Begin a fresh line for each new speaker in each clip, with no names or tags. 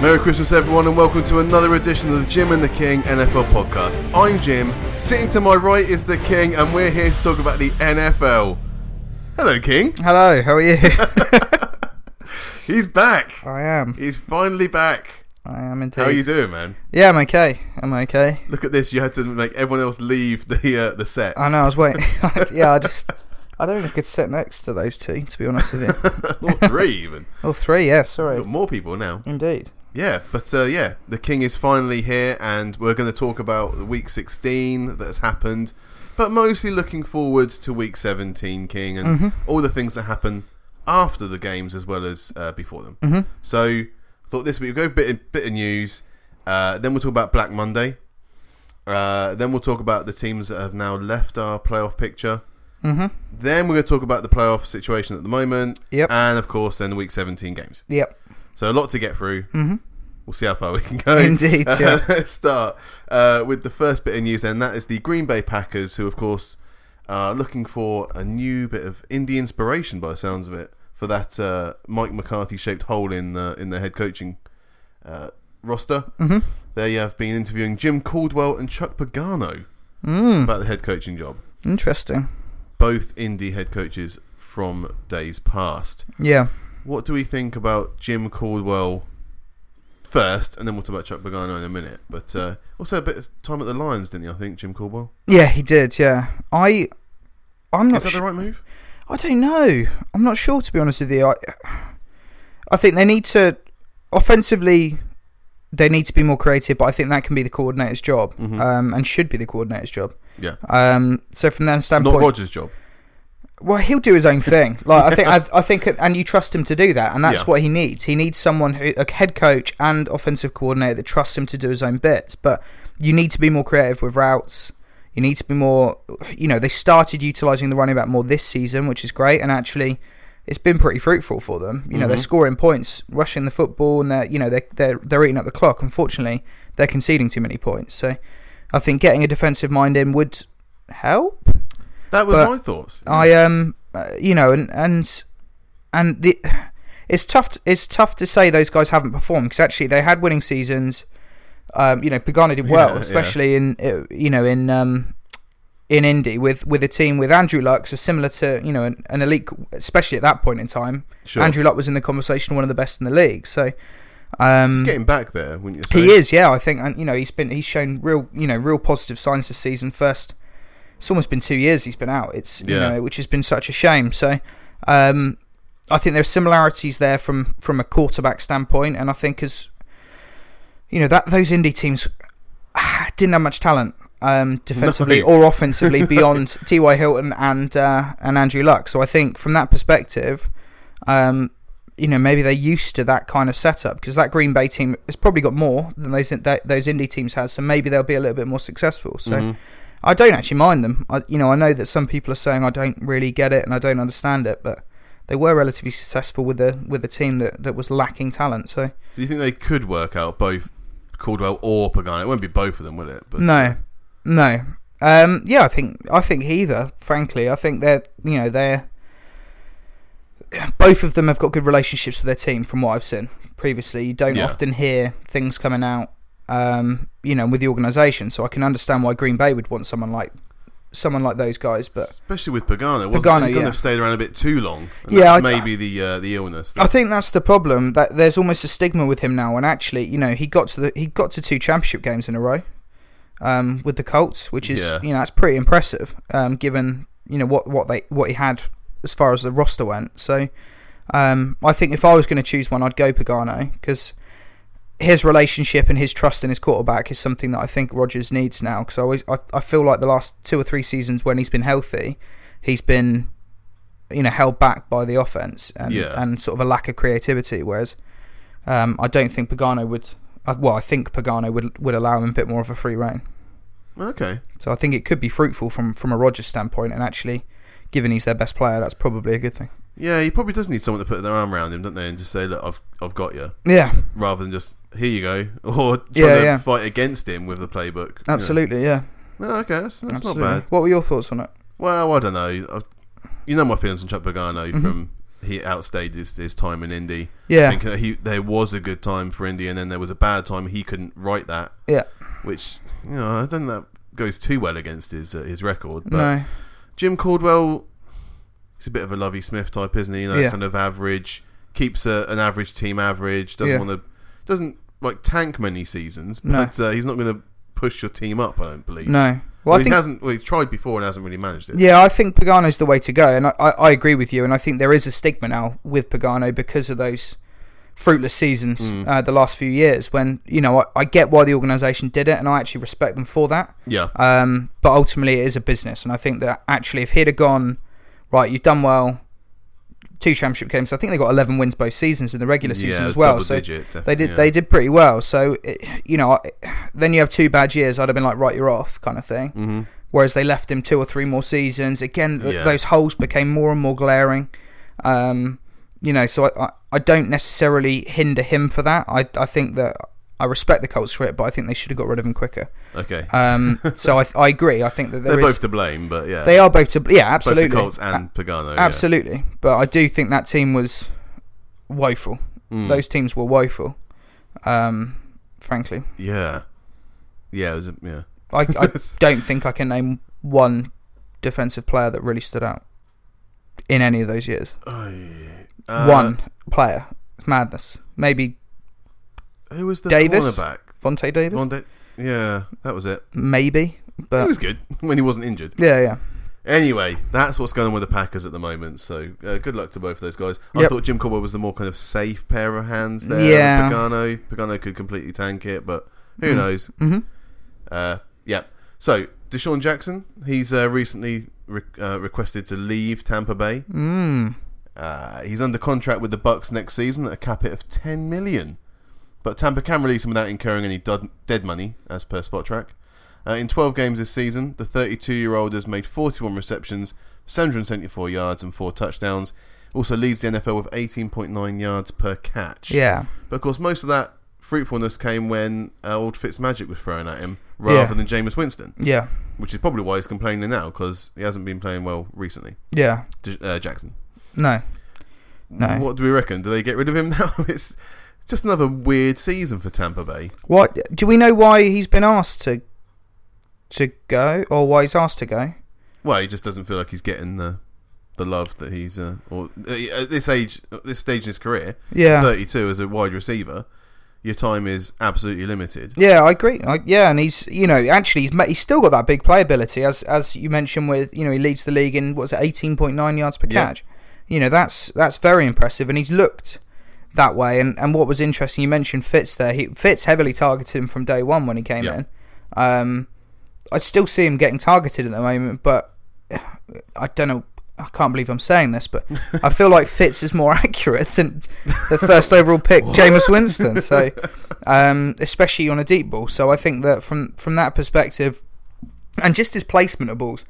Merry Christmas, everyone, and welcome to another edition of the Jim and the King NFL podcast. I'm Jim. Sitting to my right is the King, and we're here to talk about the NFL. Hello, King.
Hello, how are you?
He's back.
I am.
He's finally back.
I am indeed.
How you doing, man?
Yeah, I'm okay. I'm okay.
Look at this. You had to make everyone else leave the uh, the set.
I know. I was waiting. yeah, I just. I don't think I could sit next to those two, to be honest with you.
or three, even.
All three, yeah.
Got
Sorry.
more people now.
Indeed.
Yeah, but uh, yeah, the King is finally here, and we're going to talk about the week 16 that has happened, but mostly looking forward to week 17, King, and all the things that happen after the games as well as uh, before them. Mm-hmm. So, thought this week we'll go bit of, bit of news, uh, then we'll talk about Black Monday, uh, then we'll talk about the teams that have now left our playoff picture.
Mm-hmm.
Then we're going to talk about the playoff situation at the moment,
Yep.
and of course, then the week 17 games.
Yep.
So a lot to get through.
Mhm.
We'll see how far we can go.
Indeed, yeah.
let's start uh, with the first bit of news, and that is the Green Bay Packers, who of course are looking for a new bit of indie inspiration, by the sounds of it, for that uh, Mike McCarthy-shaped hole in the, in their head coaching uh, roster.
Mhm.
They have been interviewing Jim Caldwell and Chuck Pagano
Mm.
about the head coaching job,
Interesting.
both indie head coaches from days past.
Yeah.
What do we think about Jim Caldwell first, and then we'll talk about Chuck Pagano in a minute? But uh, also a bit of time at the Lions, didn't he? I think Jim Caldwell.
Yeah, he did. Yeah. I. I'm
Is
not.
that
su-
the right move?
I don't know. I'm not sure to be honest with you. I, I think they need to offensively. They need to be more creative, but I think that can be the coordinator's job,
Mhm.
um, and should be the coordinator's job.
Yeah,
Um, so from that standpoint,
not Rogers' job.
well, he'll do his own thing. Like I think, I, I think, and you trust him to do that, and that's
Yeah.
what he needs. He needs someone who, a head coach and offensive coordinator, that trusts him to do his own bits. But you need to be more creative with routes. You need to be more. You know, they started utilizing the running back more this season, which is great, and actually, it's been pretty fruitful for them. You know, they're
Mhm.
scoring points, rushing the football, and they're you know they're they're they're eating up the clock. Unfortunately, they're conceding too many points. So, I think getting a defensive mind in would help.
That was
But
my thoughts.
I um, uh, you know, and and and the it's tough. To, it's tough to say those guys haven't performed because actually they had winning seasons. Um, you know, Pagano did well,
Yeah, yeah.
especially in uh, you know in um in Indy with with a team with Andrew Luck, so similar to you know an, an elite, especially at that point in time.
sure.
Andrew Luck was in the conversation one of the best in the league. So, um,
He's getting back there, wouldn't you say?
he is, yeah. I think, and you know, he's been he's shown real, you know, real positive signs this season. First, it's almost been two years he's been out. It's you
Yeah.
know, which has been such a shame. So, um, I think there are similarities there from from a quarterback standpoint, and I think as you know that those indie teams ah, didn't have much talent. Um, defensively
No.
or offensively beyond T.Y. Hilton and uh, and Andrew Luck. So I think from that perspective, um, you know, maybe they're used to that kind of setup because that Green Bay team has probably got more than those that, those indie teams had, so maybe they'll be a little bit more successful. So
Mhm.
I don't actually mind them. I, you know, I know that some people are saying I don't really get it and I don't understand it, but they were relatively successful with the with a team that, that was lacking talent. So
Do you think they could work out both Caldwell or Pagano? It won't be both of them, will it? But,
no,
uh,
no. Um, yeah, I think I think either. Frankly, I think they're you know they're both of them have got good relationships with their team from what I've seen previously. You don't
Yeah.
often hear things coming out, um, you know, with the organisation. So I can understand why Green Bay would want someone like someone like those guys. But
especially with Pagano, wasn't
Pagano,
it? He couldn't
yeah.
have stayed around a bit too long. And
Yeah,
that's
I-
maybe the uh, the illness.
I think that's the problem. That there's almost a stigma with him now. And actually, you know, he got to the he got to two championship games in a row um, with the Colts, which is
Yeah.
you know that's pretty impressive um, given you know what what they what he had as far as the roster went. So um, I think if I was going to choose one, I'd go Pagano because. His relationship and his trust in his quarterback is something that I think Rogers needs now. Because I always, I, I feel like the last two or three seasons when he's been healthy, he's been you know held back by the offense and
Yeah.
and sort of a lack of creativity. Whereas um, I don't think Pagano would. uh, Well, I think Pagano would would allow him a bit more of a free rein.
okay.
So I think it could be fruitful from from a Rogers standpoint, and actually, given he's their best player, that's probably a good thing.
Yeah, he probably does need someone to put their arm around him, don't they? And just say, look, I've, I've got you.
Yeah,
rather than just here you go or trying
Yeah,
to
yeah.
fight against him with the playbook. you know.
absolutely. Yeah,
No, okay, that's, that's
absolutely.
not bad.
What were your thoughts on it?
Well, I don't know. I've, you know my feelings on Chuck Pagano
Mhm.
from he outstayed his, his time in Indy. I
Yeah.
think that he there was a good time for Indy, and then there was a bad time. He couldn't write that,
Yeah.
which you know I don't think that goes too well against his uh, his record. But
No.
Jim Caldwell, he's a bit of a Lovey Smith type, isn't he? You know,
Yeah.
kind of average, keeps a, an average team average. Doesn't
Yeah.
want to, doesn't like tank many seasons,
No.
but uh, he's not going to push your team up. I don't believe.
No.
Well,
Well, I
he
think
hasn't. Well, he tried before and hasn't really managed it.
Yeah, I think Pagano's the way to go, and I, I, I agree with you. And I think there is a stigma now with Pagano because of those fruitless seasons uh, the last few years. When you know, I, I get why the organisation did it, and I actually respect them for that.
Yeah,
Um, but ultimately, it is a business, and I think that actually, if he'd have gone right, you've done well, two championship games. I think they got eleven wins both seasons in the regular
yeah,
season
it was
as well.
double
So
digit,
they
definitely,
did
yeah.
they did pretty well. So it, you know, I- then you have two bad years. I'd have been like, right, you're off, kind of thing.
Mhm.
Whereas they left him two or three more seasons. Again, th-
Yeah.
those holes became more and more glaring. Um, you know, so I, I, I don't necessarily hinder him for that. I, I think that I respect the Colts for it, but I think they should have got rid of him quicker.
Okay,
Um, so I, I agree. I think that there
they're
is-
both to blame, but yeah,
they are both to yeah absolutely
Both the Colts
A-
and Pagano. yeah.
absolutely. But I do think that team was woeful.
Mm.
Those teams were woeful. Um, frankly,
Yeah, yeah, it was a, yeah.
I, I don't think I can name one defensive player that really stood out in any of those years.
Uh,
one player. It's madness. Maybe
Who was the
Davis?
cornerback?
Vontae Davis. Uh,
Von Da- yeah, that was it.
Maybe,
He
but
was good when he wasn't injured.
yeah, yeah.
Anyway, that's what's going on with the Packers at the moment. So uh, good luck to both of those guys. I
Yep.
thought Jim Caldwell was the more kind of safe pair of hands there.
Yeah.
Pagano, Pagano could completely tank it, but who
Mm.
knows?
hmm
Uh, yeah. So Deshaun Jackson, he's uh, recently re- uh, requested to leave Tampa Bay.
Mm.
Uh, he's under contract with the Bucks next season at a cap hit of 10 million. But Tampa can release him without incurring any dud- dead money, as per SpotTrack. Uh, in 12 games this season, the 32-year-old has made 41 receptions, 774 yards, and four touchdowns. Also leads the NFL with 18.9 yards per catch.
Yeah.
But of course, most of that fruitfulness came when uh, old Fitzmagic was thrown at him, rather
Yeah.
than Jameis Winston,
Yeah.
which is probably why he's complaining now because he hasn't been playing well recently.
Yeah.
D- uh, Jackson.
No. No.
What do we reckon? Do they get rid of him now? it's just another weird season for Tampa Bay.
What do we know why he's been asked to to go or why he's asked to go?
Well, he just doesn't feel like he's getting the the love that he's uh, or uh, at this age, at this stage in his career,
Yeah.
32 as a wide receiver, your time is absolutely limited.
yeah, I agree. I, yeah, and he's you know actually he's ma- he's still got that big playability as as you mentioned with you know he leads the league in what's it eighteen point nine yards per
Yeah.
catch. You know that's that's very impressive, and he's looked that way. And and what was interesting, you mentioned Fitz there. He Fitz heavily targeted him from day one when he came
Yeah.
in. Um, I still see him getting targeted at the moment, but I don't know. I can't believe I'm saying this, but I feel like Fitz is more accurate than the first overall pick, Jameis Winston. So, um, especially on a deep ball. So I think that from from that perspective, and just his placement of balls,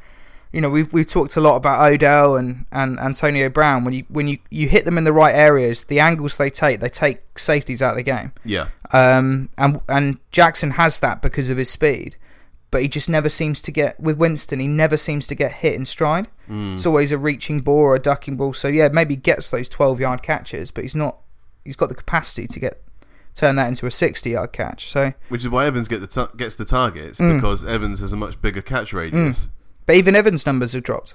you know, we've we've talked a lot about Odell and, and Antonio Brown. When you when you, you hit them in the right areas, the angles they take, they take safeties out of the game.
Yeah,
Um, and and Jackson has that because of his speed, but he just never seems to get with Winston. He never seems to get hit in stride.
Hmm.
It's always a reaching ball or a ducking ball. So yeah, maybe he gets those twelve yard catches, but he's not. He's got the capacity to get turn that into a sixty yard catch. So,
which is why Evans get the ta- gets the targets
Mm.
because Evans has a much bigger catch radius.
but even Evans' numbers have dropped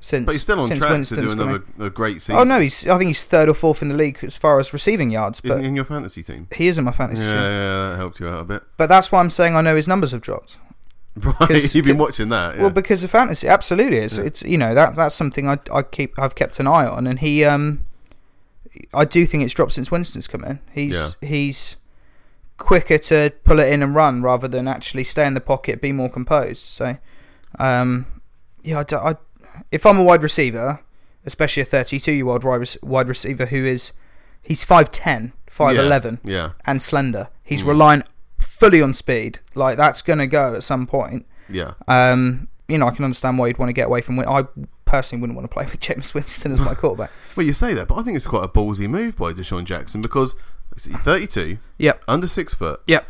since.
But he's still on
Mm. since
track
Winston's
to do
come
another
in.
a great season.
Oh no, he's. I think he's third or fourth in the league as far as receiving yards, but
isn't he in your fantasy team?
he is in my
Yeah,
fantasy.
yeah,
team.
yeah, that helped you out a bit.
But that's why I'm saying I know his numbers have dropped.
Right, you've been watching that. Yeah.
Well, because of fantasy, absolutely, it's it's you know that that's something I I keep I've kept an eye on, and he um, I do think it's dropped since Winston's come in. He's he's quicker to pull it in and run rather than actually stay in the pocket, be more composed. So, um, yeah, I, do- I if I'm a wide receiver, especially a 32 year old wide, rec- wide receiver who is he's 5'10", 5'11",
Yeah, Mm.
and slender, he's relying fully on speed. Like that's gonna go at some point.
yeah.
Um, you know, I can understand why you'd want to get away from. Win- I personally wouldn't want to play with James Winston as my quarterback.
Well, you say that, but I think it's quite a ballsy move by Deshaun Jackson because let's see, 32,
Yep.
under six foot,
Yep.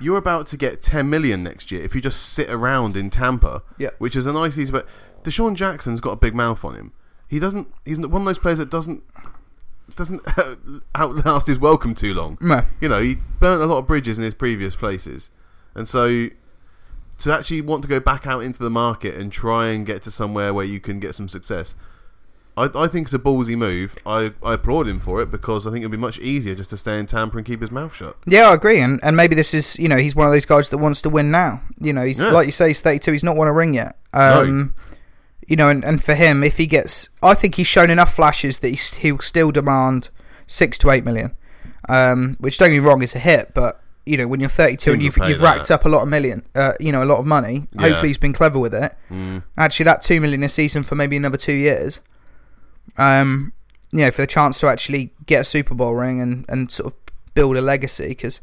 you're about to get 10 million next year if you just sit around in Tampa,
Yeah.
which is a nice easy. But Deshaun Jackson's got a big mouth on him. He doesn't. He's one of those players that doesn't doesn't outlast his welcome too long.
No.
You know, he burnt a lot of bridges in his previous places, and so to actually want to go back out into the market and try and get to somewhere where you can get some success. I, I think it's a ballsy move. I, I applaud him for it because I think it'd be much easier just to stay in Tampa and keep his mouth shut.
Yeah, I agree, and and maybe this is you know he's one of those guys that wants to win now. You know, he's
Yeah.
like you say, he's thirty two. He's not won a ring yet. Um, You know, and, and for him, if he gets, I think he's shown enough flashes that he's, he'll still demand six to eight million. Um, which don't get me wrong, is a hit, but you know when you're thirty two and
Teams
you've
will pay
you've
that.
racked up a lot of million, uh, you know, a lot of money.
Yeah.
Hopefully, he's been clever with it.
Mm.
Actually, that two million a season for maybe another two years. Um, you know, for the chance to actually get a Super Bowl ring and and sort of build a legacy because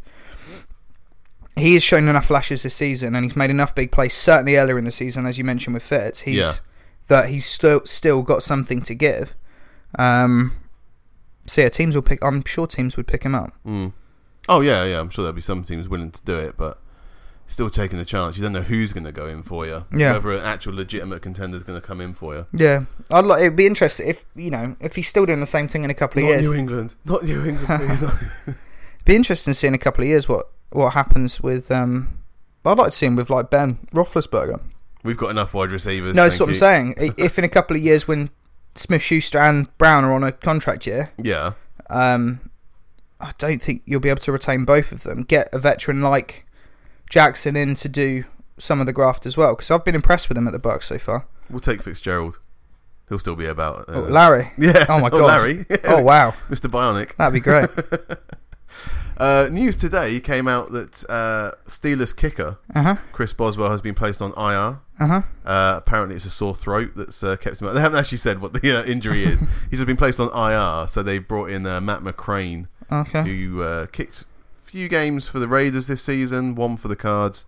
he has shown enough flashes this season and he's made enough big plays. Certainly earlier in the season, as you mentioned with Fitz, he's
Yeah.
that he's still still got something to give. Um, so yeah, teams will pick. I'm sure teams would pick him up.
Mm. Oh yeah, yeah. I'm sure there'll be some teams willing to do it, but still taking the chance. You don't know who's going to go in for you.
Yeah.
Whether an actual legitimate contender's going to come in for you.
Yeah, I'd like. It'd be interesting if you know if he's still doing the same thing in a couple of
Not
years.
New England. Not New England. please, not-
be interesting to see in a couple of years what what happens with. Um, I'd like to see him with like Ben Roethlisberger.
We've got enough wide receivers.
No, that's
thank
what I'm
you.
saying. I- if in a couple of years when Smith Schuster and Brown are on a contract year,
Yeah.
um, I don't think you'll be able to retain both of them. Get a veteran like Jackson in to do some of the graft as well because I've been impressed with him at the Bucks so far.
We'll take Fitzgerald. He'll still be about. Uh,
Oh, Larry.
yeah.
Oh my god.
Larry.
Oh wow,
Mr. Bionic.
that'd be great.
Uh, news today came out that uh, Steelers kicker
Uh huh.
Chris Boswell has been placed on IR.
Uh huh.
Uh, apparently, it's a sore throat that's uh, kept him out. They haven't actually said what the uh, injury is. He's just been placed on IR, so they brought in uh, Matt McCrane,
Okay.
who uh, kicked a few games for the Raiders this season, one for the Cards.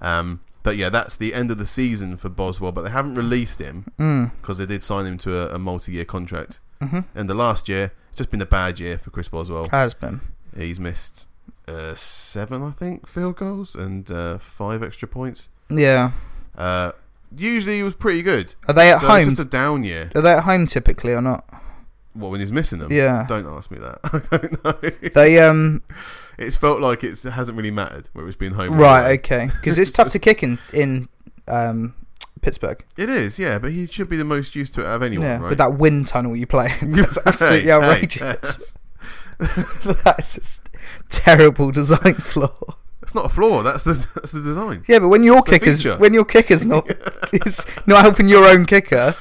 Um, but yeah, that's the end of the season for Boswell, but they haven't released him
Mm.
because they did sign him to a, a multi year contract.
Mhm.
And the last year, it's just been a bad year for Chris Boswell.
Has been.
He's missed uh, seven, I think, field goals and uh, five extra points.
Yeah.
Uh, usually he was pretty good.
Are they at
so
home?
it's just a down year.
Are they at home typically or not?
What when he's missing them?
Yeah.
Don't ask me that. I don't know.
They um
It's felt like it's, it hasn't really mattered where it's been home. or away.
right okay because it's tough to
Just-
kick in in um Pittsburgh.
It is, yeah, but he should be the most used to it out of anyone,
yeah,
right?
with that wind tunnel you play, that's absolutely
Hey, hey,
outrageous. that's just terrible design flaw.
It's not a flaw. That's the that's the design.
Yeah, but when your
It's the
kicker's
feature.
when your kicker's not is not helping your own kicker,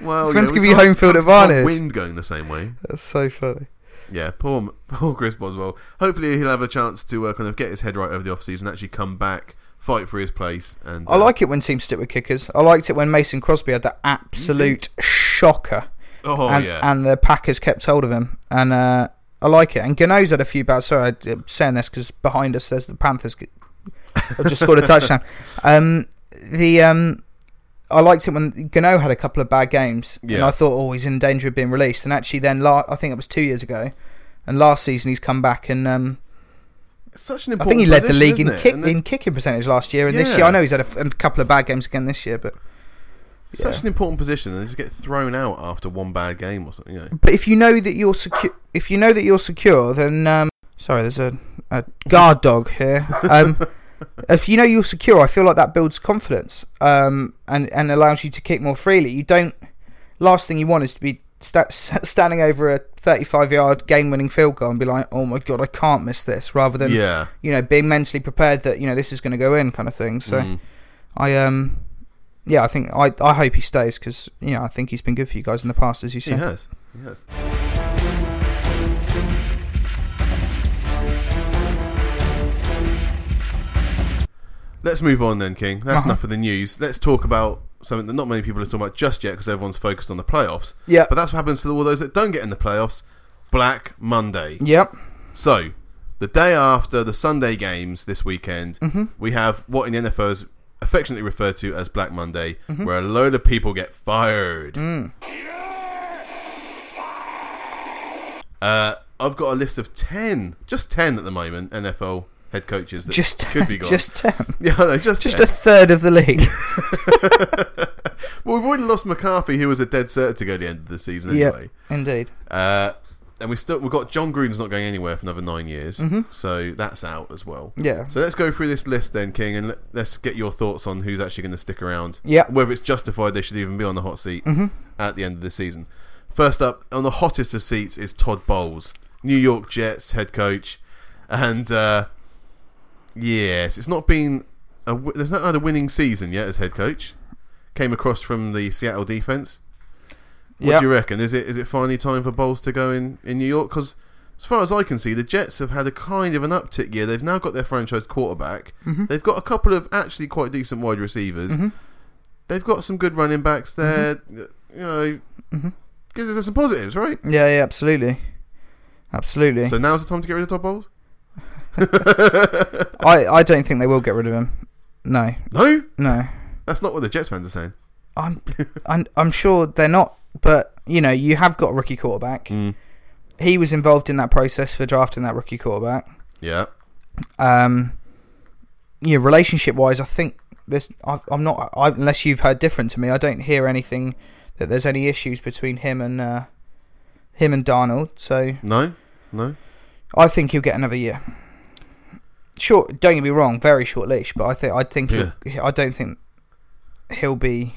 Well,
It's meant to
Oh, we
give you
can't-
home field
can't- can't
advantage.
Wind going the same way.
that's so funny.
Yeah, poor poor Chris Boswell. Hopefully, he'll have a chance to uh, kind of get his head right over the off season, actually come back, fight for his place. And
I
uh,
like it when teams stick with kickers. I liked it when Mason Crosby had that absolute shocker.
Oh
and,
yeah,
and the Packers kept hold of him, and uh, I like it. And Gano's had a few bad. Sorry, I'm saying this because behind us there's the Panthers. g- have just scored a touchdown. Um, the um, I liked it when Gano had a couple of bad games, and
Yeah.
I thought, oh, he's in danger of being released. And actually, then la- I think it was two years ago, and last season he's come back and um,
It's such an
I
important.
think he led the
position,
league in
isn't it?
kick
And the-
in kicking percentage last year, and this
Yeah.
year I know he's had a, f- a couple of bad games again this year, but.
it's Such an important position, and just get thrown out after one bad game or something. You know.
But if you know that you're secure, if you know that you're secure, then um, sorry, there's a, a guard dog here. Um, if you know you're secure, I feel like that builds confidence um, and and allows you to kick more freely. You don't. Last thing you want is to be sta- s- standing over a 35 yard game winning field goal and be like, oh my god, I can't miss this. Rather than
yeah.
you know being mentally prepared that you know this is going to go in kind of thing. So
Mm.
I um. Yeah, I think I, I hope he stays because you know I think he's been good for you guys in the past, as you
He
said.
has. He has. Let's move on then, King. That's
Uh-huh.
enough of the news. Let's talk about something that not many people are talking about just yet because everyone's focused on the playoffs.
Yeah.
But that's what happens to all those that don't get in the playoffs. Black Monday.
Yep.
So, the day after the Sunday games this weekend,
Mm-hmm.
we have what in the NFL is affectionately referred to as Black Monday,
Mm-hmm.
where a load of people get fired.
Mm.
Uh, I've got a list of 10, just 10 at the moment, NFL head coaches that
just
could be gone.
Just ten.
yeah, I know, just,
Just
10.
a third of the league.
well, we've already lost McCarthy, who was a dead cert to go to the end of the season
Yeah,
anyway.
indeed.
Uh, and we still we've got John Gruden's not going anywhere for another nine years,
Mm-hmm.
so that's out as well.
Yeah.
So let's go through this list then, King, and let, let's get your thoughts on who's actually going to stick around.
Yeah. Mm-hmm.
Whether it's justified they should even be on the hot seat at the end of the season. First up, on the hottest of seats is Todd Bowles, New York Jets head coach, and uh, yes, it's not been a, wi- there's not had a winning season yet as head coach. Came across from the Seattle defense. What
Yeah.
do you reckon? Is it is it finally time for Bowles to go in in New York? Because as far as I can see, the Jets have had a kind of an uptick year. They've now got their franchise quarterback. They've got a couple of actually quite decent wide receivers. They've got some good running backs there. You know, because there's some positives, right?
Mm-hmm. Yeah, yeah, absolutely. Absolutely.
So now's the time to get rid of Todd Bowles.
I, I don't think they will get rid of him. No,
No,
no.
that's not what the Jets fans are saying.
I'm, I'm, I'm sure they're not, but, you know, you have got a rookie quarterback.
Mm.
He was involved in that process for drafting that rookie quarterback.
Yeah,
Um, yeah, relationship wise, I think there's. I, I'm not. I, unless you've heard different to me, I don't hear anything that there's any issues between him and uh, him and Darnold. So
no, no.
I think he'll get another year. Short. Don't get me wrong. Very short leash, but I think I think he'll- I don't think he'll be.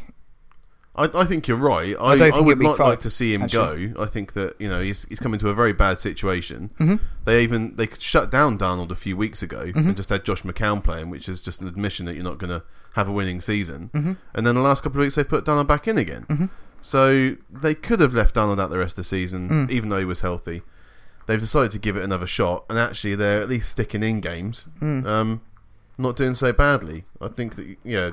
I, I think you're right. I, I,
don't think
would
he'll be
not
fired,
like to see him go. I think that you know he's he's come into a very bad situation.
Mhm.
They even they could shut down Darnold a few weeks ago
Mm-hmm.
and just had Josh McCown playing, which is just an admission that you're not going to have a winning season.
mm-hmm,
And then the last couple of weeks they put Darnold back in again. So they could have left Darnold out the rest of the season,
Mm.
even though he was healthy. They've decided to give it another shot, and actually they're at least sticking in games.
mm.
Um, not doing so badly. I think that yeah,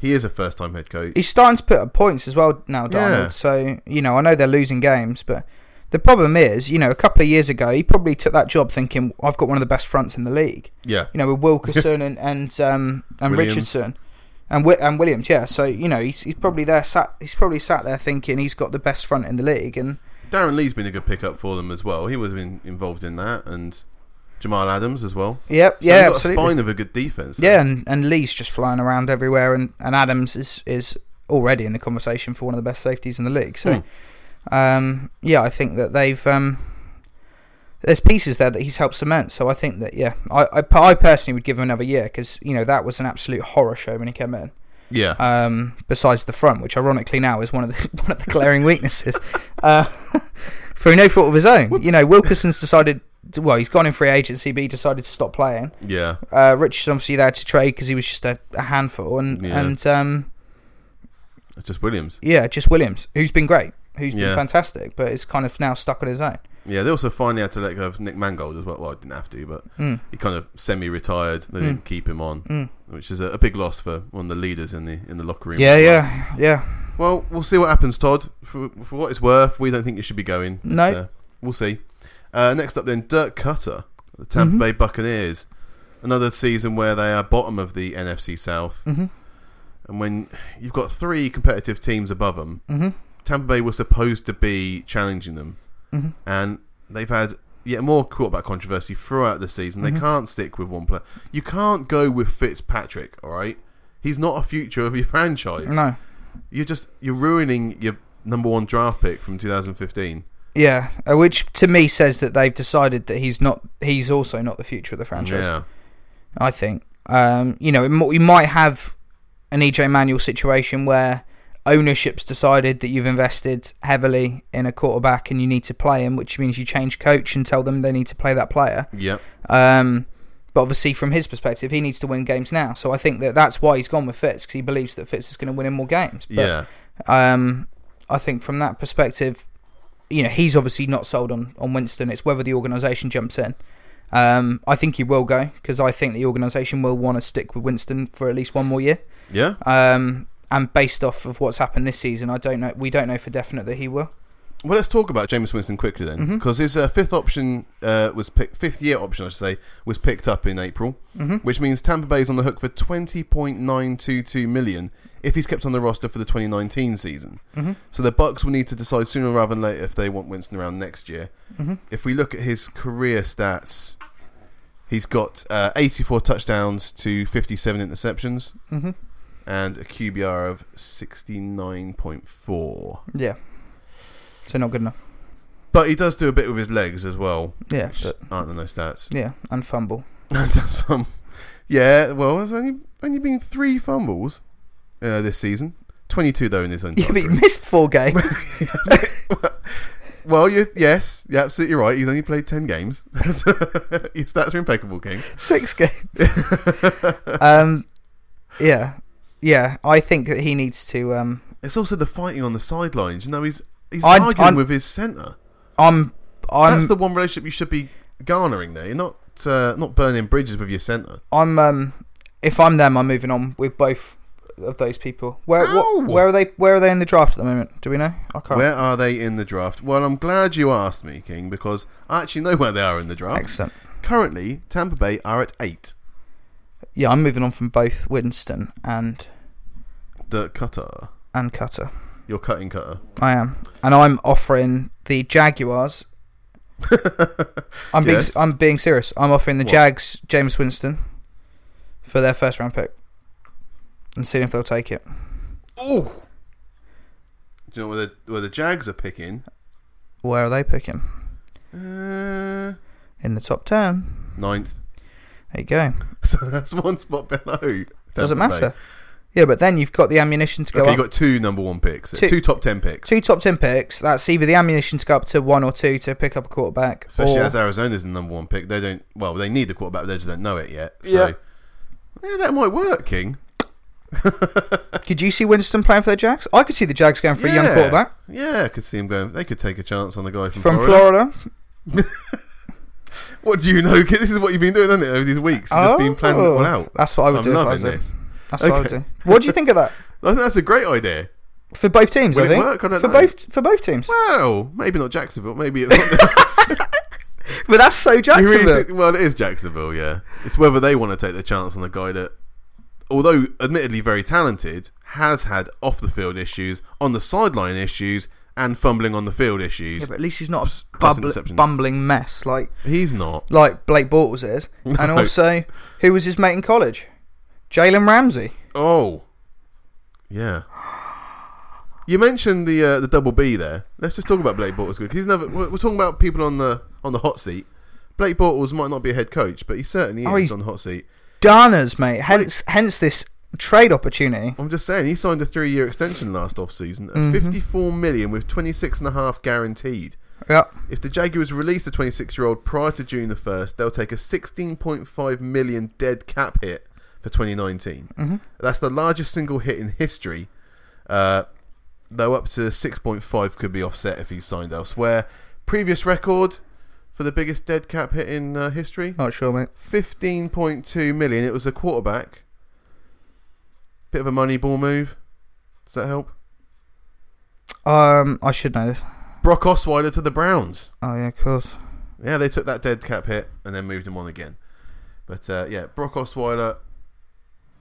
he is a first time head coach.
He's starting to put up points as well now, Darnold.
Yeah.
So you know, I know they're losing games, but the problem is, you know, a couple of years ago, he probably took that job thinking, "I've got one of the best fronts in the league."
Yeah.
you know, with Wilkerson and and um, and
Williams.
Richardson and Wi- and Williams. Yeah, so you know he's, he's probably there sat he's probably sat there thinking he's got the best front in the league, and
Darren Lee's been a good pickup for them as well. He was in, involved in that, and Jamal Adams as well.
yep,
So
yeah,
you've got a
absolutely,
spine of a good defense.
yeah, and and Lee's just flying around everywhere, and and Adams is is already in the conversation for one of the best safeties in the league. So, um, yeah, I think that they've um. There's pieces there that he's helped cement, so I think that yeah, I I, I personally would give him another year because you know that was an absolute horror show when he came in.
yeah.
um, besides the front, which ironically now is one of the one of the glaring weaknesses, uh, through no fault of his own. You know, Wilkerson's decided. To, well, he's gone in free agency, but he decided to stop playing.
yeah,
Uh, Richardson obviously there to trade because he was just a, a handful, and
Yeah.
and um,
it's just Williams.
yeah, just Williams, who's been great, who's
Yeah.
been fantastic, but is kind of now stuck on his own.
Yeah, they also finally had to let go of Nick Mangold as well. Well, I didn't have to, but
Mm,
he kind of semi-retired. They
Hmm.
didn't keep him on, which is a, a big loss for one of the leaders in the in the locker room.
Yeah, yeah, yeah.
Well, we'll see what happens, Todd. For, for what it's worth, we don't think you should be going. But,
No.
uh, we'll see. Uh, next up, then, Dirk Cutter, the Tampa Bay Buccaneers. Another season where they are bottom of the NFC South.
Mm-hmm,
And when you've got three competitive teams above them,
mm-hmm,
Tampa Bay was supposed to be challenging them. And they've had yet more quarterback controversy throughout the season. They can't stick with one player. You can't go with Fitzpatrick, all right? He's not a future of your franchise
No,
you're just you're ruining your number one draft pick from 2015.
yeah. Uh, Which to me says that they've decided that he's not. He's also not the future of the franchise.
Yeah,
I think. Um, you know, it, mo- you might have an EJ Manuel situation where ownership's decided that you've invested heavily in a quarterback and you need to play him, which means you change coach and tell them they need to play that player.
yeah,
Um, but obviously, from his perspective, he needs to win games now. So I think that that's why he's gone with Fitz because he believes that Fitz is going to win him more games. But,
yeah.
um, I think from that perspective, you know, he's obviously not sold on, on Winston. It's whether the organisation jumps in. Um, I think he will go because I think the organisation will want to stick with Winston for at least one more year.
yeah.
Um, and based off of what's happened this season, I don't know. We don't know for definite that he will.
Well, let's talk about James Winston quickly then, because his uh, fifth option uh, was pick- fifth year option, I should say, was picked up in April, which means Tampa Bay's on the hook for 20.922 million if he's kept on the roster for the 2019 season. So the Bucks will need to decide sooner rather than later if they want Winston around next year.
Mm-hmm.
If we look at his career stats, he's got uh, 84 touchdowns to 57 interceptions.
Mm-hmm.
And a QBR of 69.4.
Yeah. So not good enough.
But he does do a bit with his legs as well.
Yeah,
which
but-
aren't in those stats.
Yeah, and fumble.
That's fun. Yeah, well, there's only only been three fumbles uh, this season. Twenty-two though in this one.
Yeah, but he missed four games.
well, you yes, you're absolutely right. He's only played ten games. So, His stats are impeccable, King.
six games. um, yeah, yeah. I think that he needs to. Um,
It's also the fighting on the sidelines. You know, he's he's
I'd-
arguing
I'd-
with his centre.
I'm, I'm,
That's the one relationship you should be garnering there. You're not uh, not burning bridges with your centre.
I'm. Um, if I'm them, I'm moving on with both of those people. Where,
Ow!
what, where are they? Where are they in the draft at the moment? Do we know? I can't.
Oh. Where are they in the draft? Well, I'm glad you asked me, King, because I actually know where they are in the draft.
Excellent.
Currently, Tampa Bay are at eight.
Yeah, I'm moving on from both Winston and
The cutter.
and Cutter.
Your cutting cutter.
I am, and I'm offering the Jaguars. I'm being
Yes.
I'm being serious. I'm offering the
What?
Jags James Winston for their first round pick, and seeing if they'll take it.
Oh. Do you know where the where the Jags are picking?
Where are they picking?
Uh,
In the top ten.
ninth.
There you go.
So that's one spot below. Tampa
Doesn't
Bay.
matter. Yeah, but then you've got the ammunition to go
Okay, you
up.
got two number one picks, two,
Two-
top ten picks,
two top ten picks. That's either the ammunition to go up to one or two to pick up a quarterback.
especially
or,
as Arizona's the number one pick. They don't. Well, they need the quarterback. but They just don't know it yet. So, yeah, that might work, King.
could you see Winston playing for the Jags? I could see the Jags going for a young
Yeah.
quarterback
Yeah, I could see him going. They could take a chance on the guy from,
from
Florida.
Florida.
What do you know? 'Cause this is what you've been doing, isn't it, over these weeks? You've just been planning it all out.
That's what Oh. I would
I'm
do. If I was
loving
them.
this.
That's what I would
Okay.
do. What do you think of that
I think that's a great idea.
for both teams?
Will
I
it
think
work? I don't
for
know.
both for both teams.
Well, maybe not Jacksonville. Maybe it's
But that's so
You
Jacksonville.
really think- well, it is Jacksonville, yeah. It's whether they want to take the chance on the guy that, although admittedly very talented, has had off the field issues, on the sideline issues, and fumbling on the field
yeah,
issues.
but at least he's not a
plus
bubble-
interception.
bumbling mess like
He's not.
like Blake Bortles is, and
No.
also who was his mate in college, Jalen Ramsey.
Oh, yeah. You mentioned the uh, the double B there. Let's just talk about Blake Bortles because he's never. We're, we're talking about people on the on the hot seat. Blake Bortles might not be a head coach, but he certainly
Oh,
is
he's-
on the hot seat.
Darners, mate. Hence, hence this trade opportunity.
I'm just saying, he signed a three-year extension last off-season at 54 million with 26 and a half guaranteed.
Yep.
If the Jaguars release the 26-year-old prior to June the 1st, they'll take a 16.5 million dead cap hit for 2019. That's the largest single hit in history. Uh, though up to 6.5 could be offset if he's signed elsewhere. Previous record for the biggest dead cap hit in uh, history,
Not sure, mate.
15.2 million. It was a quarterback. Bit of a money ball move. Does that help?
Um, I should know this.
Brock Osweiler to the Browns.
Oh yeah, of course.
Yeah, they took that dead cap hit and then moved him on again. But uh, yeah, Brock Osweiler.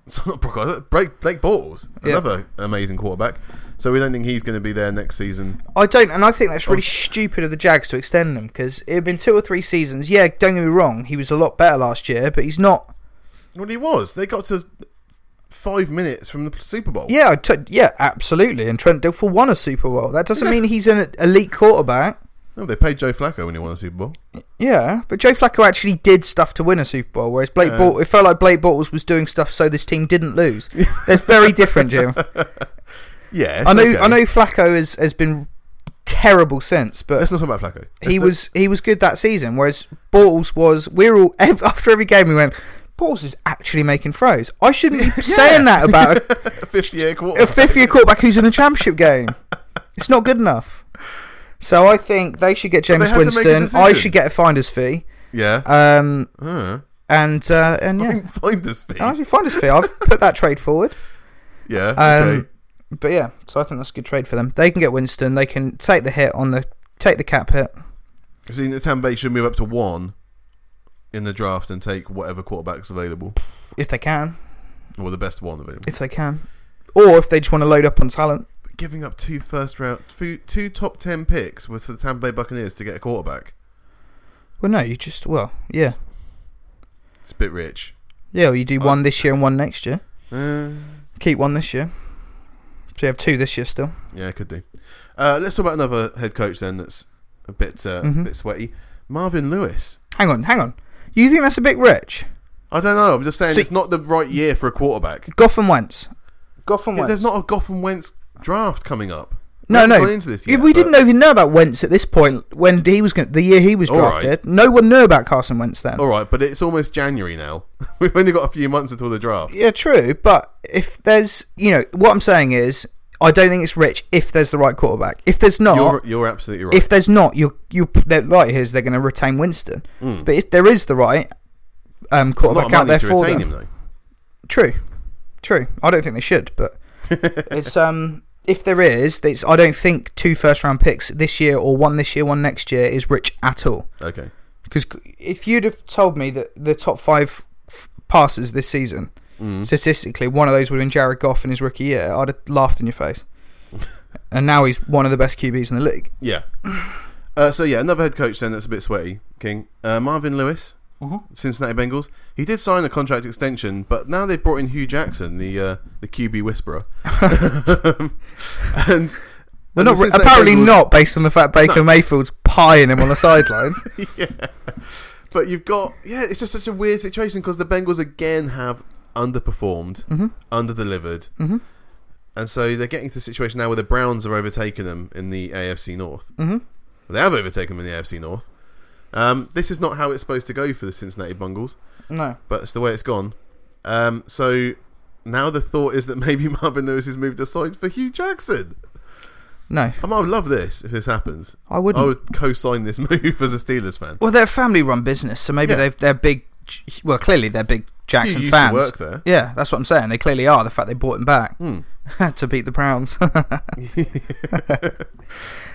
It's not Brock Osweiler. Blake, Blake Bortles,
Yeah.
another amazing quarterback. So we don't think he's going to be there next season.
I don't, and I think that's really stupid of the Jags to extend him because it had been two or three seasons. Yeah, don't get me wrong, he was a lot better last year, but he's not.
Well, he was. They got to five minutes from the Super Bowl.
Yeah, I took- yeah, absolutely. And Trent Dilfer won a Super Bowl. That doesn't mean he's an elite quarterback.
No, Oh, they paid Joe Flacco when he won the Super Bowl.
Yeah, but Joe Flacco actually did stuff to win a Super Bowl, whereas Blake
Yeah.
Bort it felt like Blake Bortles was doing stuff so this team didn't lose. That's very different, Jim.
Yeah, it's
I know,
okay.
I know, Flacco has has been terrible since, but
Let's not talk about Flacco. Let's
he
do-
was he was good that season. Whereas Bortles was, we're all ev- after every game we went. Bortles is actually making throws. I shouldn't be saying that about a,
a 50-year
a
quarterback.
fifth year quarterback who's in a championship game. It's not good enough. So I think they should get
they
James
had to make a
Winston. I
decision.
should get a finder's fee.
Yeah.
Um,
Uh,
and uh, and yeah, Uh,
find this thing.
I actually finder's fee. I've put that trade forward.
yeah.
Um,
okay.
But yeah, so I think that's a good trade for them. They can get Winston. They can take the hit on the take the cap hit.
So you think Tampa Bay should move up to one in the draft and take whatever quarterback's available,
if they can,
or the best one available.
if they can, or if they just want to load up on talent.
But giving up two first round, two, two top ten picks was for the Tampa Bay Buccaneers to get a quarterback.
Well, no, you just well, yeah,
It's a bit rich.
yeah. Or you do
Oh.
one this year and one next year.
Uh,
Mm. Keep one this year, so you have two this year still.
yeah, could do. Uh, let's talk about another head coach then that's a bit, uh,
Mm-hmm.
a bit sweaty. Marvin Lewis.
Hang on, hang on. You think that's a bit rich?
I don't know. I'm just saying
See-
it's not the right year for a quarterback.
Goff and Wentz. Goff and
Yeah,
Wentz.
There's not a Goffin Wentz draft coming up. We
no,
haven't
no.
gone into this
Yeah,
yet,
we
but-
didn't even know about Wentz at this point when he was gonna, the year he was
All right.
drafted. No one knew about Carson Wentz then.
All right, but it's almost January now. We've only got a few months until the draft.
Yeah, true. But if there's, you know, what I'm saying is, I don't think it's rich if there's the right quarterback. If there's not,
You're, you're absolutely right.
if there's not, you you they're right here is they're going to retain Winston. But if there is the right um,
Mm. It's a lot
quarterback
of
out
money
there
to
for
retain
them,
him, though.
true, true. I don't think they should, but it's um if there is, it's I don't think two first round picks this year or one this year, one next year is rich at all.
Okay.
Because if you'd have told me that the top five f- passes this season,
Mm.
statistically, one of those would have been Jared Goff in his rookie year, I'd have laughed in your face. and now he's one of the best QBs in the league.
Yeah. Uh, so yeah, another head coach then that's a bit sweaty. King uh, Marvin Lewis,
Mm-hmm.
Cincinnati Bengals. He did sign a contract extension, but now they've brought in Hugh Jackson, the uh, the QB whisperer. and
They're not,
and the
re-
Cincinnati
apparently
Bengals-
not, based on the fact Baker Mayfield's pieing him on the sidelines.
yeah. But you've got yeah, it's just such a weird situation because the Bengals again have underperformed,
Mm-hmm.
underdelivered, mm-hmm. and so they're getting to the situation now where the Browns are overtaking them in the AFC North. Mm-hmm. they have overtaken them in the AFC North. Um, this is not how it's supposed to go for the Cincinnati Bengals,
No.
but it's the way it's gone. Um, so now the thought is that maybe Marvin Lewis has moved aside for Hugh Jackson.
No.
I might love this if this happens.
I wouldn't.
I would co-sign this move as a Steelers fan.
Well, they're a family run business, so maybe
Yeah.
they've, they're big. Well, clearly they're big Jackson
used to
fans.
work there.
Yeah, that's what I'm saying. They clearly are. The fact they brought him back to beat the Browns.
Hmm.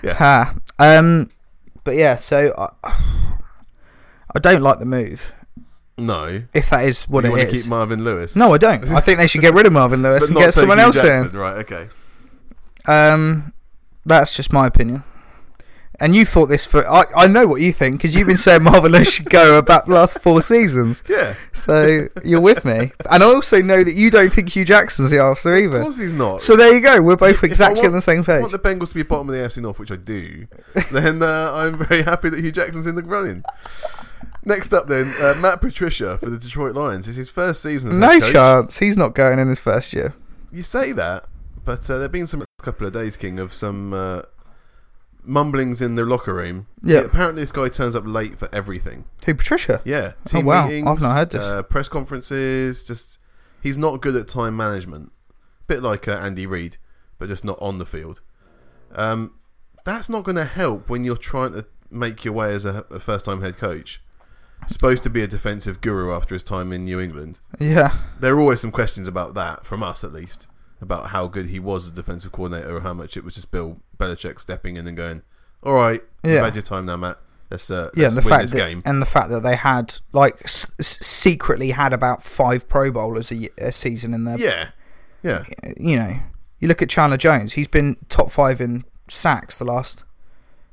Yeah.
Ha. Um, but yeah, so I, I don't like the move.
No,
If that is what
you
it
want to
is.
keep Marvin Lewis.
no, I don't. I think they should get rid of Marvin Lewis
but
and
not
get someone
Hugh
else
Jackson. Right, okay.
in. Um, that's just my opinion. And you thought this for I, I know what you think because you've been saying Marvin Lewis should go about the last four seasons.
Yeah,
So you're with me, and I also know that you don't think Hugh Jackson's the answer
of
either.
course he's not.
So there you go. We're both
If I
exactly on
want-
the same
If I
page.
want the Bengals to be bottom of the AFC North, which I do, then uh, I'm very happy that Hugh Jackson's in the running. Next up, then uh, Matt Patricia for the Detroit Lions. It's his first season as head
No
coach.
chance. He's not going in his first year.
You say that, but uh, there've been some couple of days, King, of some uh, mumblings in the locker room.
Yeah.
apparently this guy turns up late for everything.
Who Patricia?
Yeah, team
Oh, wow.
meetings.
I've not heard this.
Uh, press conferences. Just he's not good at time management. Bit like uh, Andy Reid, but just not on the field. Um, that's not going to help when you're trying to make your way as a, a first-time head coach. Supposed to be a defensive guru after his time in New England.
Yeah.
There are always some questions about that from us, at least, about how good he was as a defensive coordinator, or how much it was just Bill Belichick stepping in and going, "All right, you've
Yeah.
had your time now, Matt. Let's uh,
Yeah,
let's
and the
win
fact
this
that,
game."
and the fact that they had like s- s- secretly had about five Pro Bowlers a, ye- a season in there.
Yeah, yeah.
You know, you look at Chandler Jones. He's been top five in sacks the last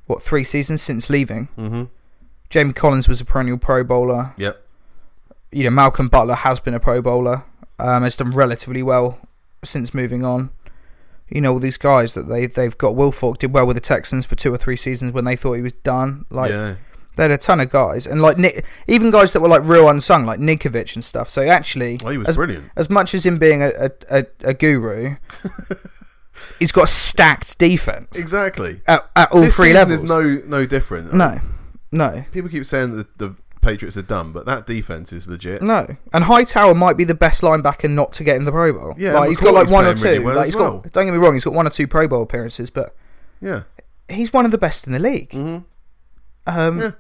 what three seasons since leaving. Mm-hmm. Jamie Collins was a perennial Pro Bowler.
Yep.
You know, Malcolm Butler has been a Pro Bowler. Um, has done relatively well since moving on. You know, all these guys that they they've got. Will Fork did well with the Texans for two or three seasons when they thought he was done. Like.
yeah.
They had a ton of guys, and like Nick, even guys that were like real unsung, like Ninkovic and stuff. So actually,
Oh, he was
as,
brilliant.
as much as him being a a, a, a guru, he's got a stacked defense
Exactly.
at, at all
this
three
season
levels.
is no no different.
no, no,
People keep saying that the Patriots are dumb, but that defense is legit.
no. And Hightower might be the best linebacker not to get in the Pro Bowl.
Yeah,
like,
and
he's got like
McCourty's
one or
playing
two.
really well
like,
as
he's
well.
got, don't get me wrong, he's got one or two Pro Bowl appearances, but
Yeah.
he's one of the best in the league. Um,
Mm-hmm. Yeah.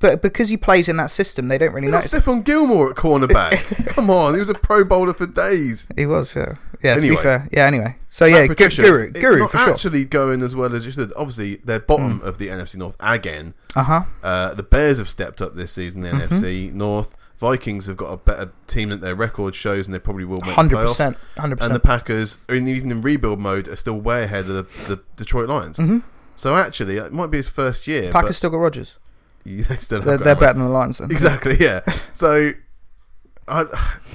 But because he plays in that system, they don't really
They got
notice.
Stephon Gilmore at cornerback. Come on, he was a Pro Bowler for days.
He was, yeah. Yeah, to
Anyway.
be fair. Yeah, anyway. So, yeah,
Matt
gu-
Patricia,
Guru,
it's,
Guru
it's
for
not
sure. Mm.
actually going as well as you should. Obviously, they're bottom of the NFC North again.
uh huh.
Uh, the Bears have stepped up this season. The
Mm-hmm.
NFC North Vikings have got a better team than their record shows, and they probably will make the
100%.
playoffs.
100%.
and the Packers, are in, even in rebuild mode, are still way ahead of the, the Detroit Lions. So actually, it might be his first year.
Mm-hmm. Packers
but
still got Rogers.
they still have
They're,
got
they're
him.
better than the Lions then.
Exactly, yeah. So I,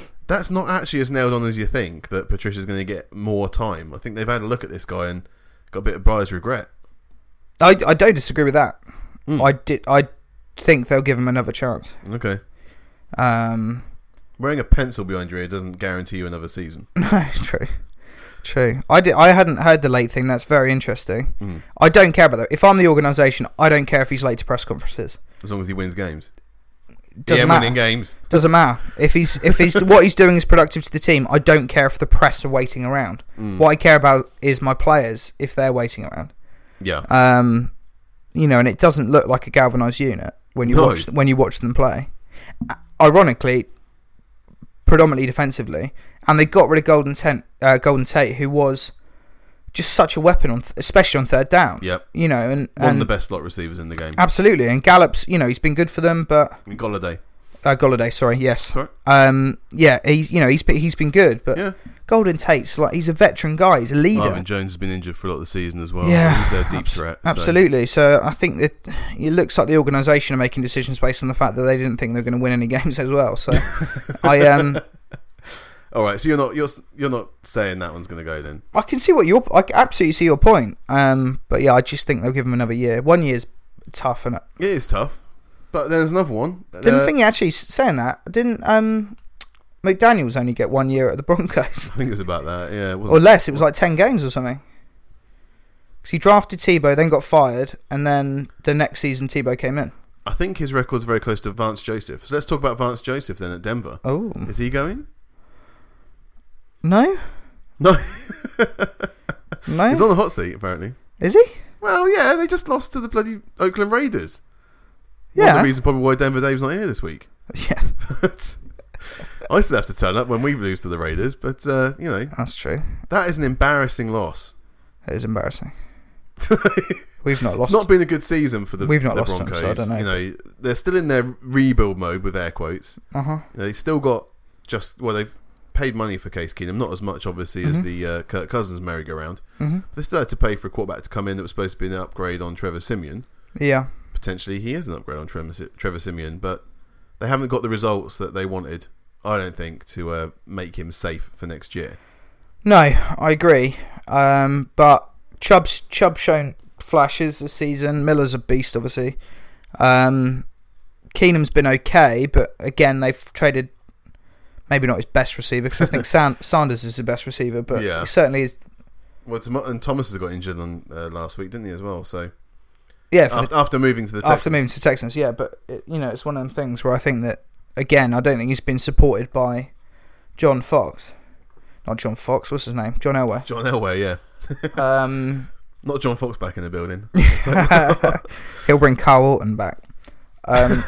that's not actually as nailed on as you think that Patricia's going to get more time. I think they've had a look at this guy and got a bit of buyer's regret.
I, I don't disagree with that.
Mm.
I did. I think they'll give him another chance.
Okay.
Um,
Wearing a pencil behind your ear doesn't guarantee you another season.
no, true, true. I did. I hadn't heard the late thing. That's very interesting.
Mm.
I don't care about that. If I'm the organisation, I don't care if he's late to press conferences.
As long as he wins games.
Doesn't
yeah,
matter.
winning games.
Doesn't matter if he's if he's what he's doing is productive to the team. I don't care if the press are waiting around.
Mm.
What I care about is my players if they're waiting around.
Yeah.
Um, you know, and it doesn't look like a galvanized unit when you
No.
watch when you watch them play. Uh, Ironically, predominantly defensively, and they got rid of Golden Tent, uh, Golden Tate, who was just such a weapon on, th- especially on third down.
Yep.
You know, and,
One of
and
the best slot receivers in the game.
absolutely, and Gallup's, you know, he's been good for them, but
Golladay.
uh, Golladay, sorry, yes,
Sorry.
um, yeah, he's you know he's been, he's been good, but
Yeah.
Golden Tate's like he's a veteran guy, he's a leader.
Marvin Jones has been injured for a lot of the season as well.
Yeah,
He's their deep
abs-
threat. so-
Absolutely. So. I think that it looks like the organisation are making decisions based on the fact that they didn't think they were going to win any games as well. So I um
All right. So you're not you're s- you're not saying that one's going to go then.
I can see what your I can absolutely see your point. Um, but yeah, I just think they'll give him another year. One year's tough, and uh,
It is tough, but there's another one.
didn't
Uh,
think actually saying that didn't um McDaniel's only get one year at the Broncos
I think it was about that. Yeah. It wasn't
or less. It was like ten games or something. 'Cause he drafted Tebow, then got fired, and then the next season Tebow came in.
I think his record's very close to Vance Joseph. So let's talk about Vance Joseph then at Denver.
Oh
Is he going?
no,
No,
no,
he's on the hot seat apparently.
is he?
Well, yeah, they just lost to the bloody Oakland Raiders. One of
Yeah,
the reasons probably why Denver Dave's not here this week.
yeah.
But I still have to turn up when we lose to the Raiders. But uh, you know
That's true.
that is an embarrassing loss.
It is embarrassing. We've not lost.
It's not been a good season for the,
We've not
the
lost them,
Broncos.
so I don't know.
You know, they're still in their rebuild mode with air quotes.
uh huh.
You know, they still got just well, they've paid money for Case Keenum, not as much obviously as
Mhm.
the uh, Kirk Cousins merry-go-round.
hmm
They still had to pay for a quarterback to come in that was supposed to be an upgrade on Trevor Simeon.
Yeah.
Potentially, he is an upgrade on Trevor, Si- Trevor Simeon, but they haven't got the results that they wanted. I don't think to uh, make him safe for next year.
No, I agree. Um, but Chubb's Chubb shown flashes this season. Miller's a beast, obviously. Um, Keenum's been okay, but again, they've traded maybe not his best receiver because I think San- Sanders is the best receiver, but
Yeah.
he certainly is.
Well, Tom- and Thomas has got injured on uh, last week, didn't he, as well? So
Yeah, for the
after, after moving to the Texans,
after moving to Texans, yeah, but it, you know it's one of them things where I think that again I don't think he's been supported by John Fox, not John Fox, what's his name, John Elway.
John Elway, yeah,
Um,
not John Fox back in the building.
he'll bring Carl Orton back. Um,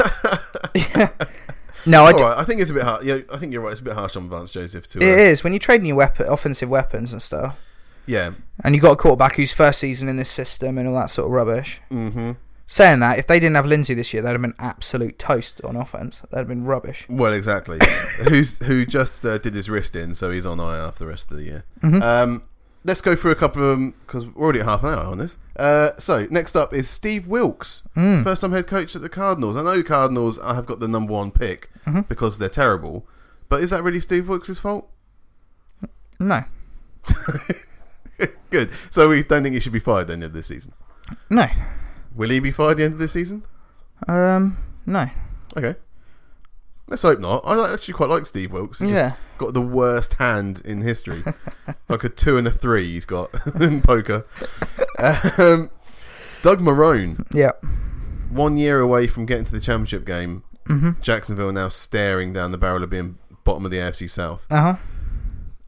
no, I
All
do,
right, Oh, I think it's a bit hard. Yeah, I think you're right. It's a bit harsh on Vance Joseph uh, too.
it is when you're trading your weapon, offensive weapons and stuff,
yeah.
and you got a quarterback who's first season in this system and all that sort of rubbish.
hmm
Saying that, if they didn't have Lindsay this year, they'd have been absolute toast on offense. They'd have been rubbish.
Well, exactly. Who's who just uh, did his wrist in, so he's on IR for the rest of the year. Um, let's go through a couple of them because we're already at half an hour on this. Uh, so next up is Steve Wilkes, first time head coach at the Cardinals. I know Cardinals. I have got the number one pick because they're terrible, but is that really Steve Wilkes' fault?
No,
Good. So we don't think he should be fired at the end of this season.
no,
Will he be fired at the end of this season?
um, no.
Okay. Let's hope not. I actually quite like Steve Wilkes. He's just
Yeah.
got the worst hand in history. like a two and a three he's got in poker. Um, Doug Marone,
Yeah.
one year away from getting to the championship game.
Mm-hmm.
Jacksonville now staring down the barrel of being bottom of the AFC South.
Uh-huh.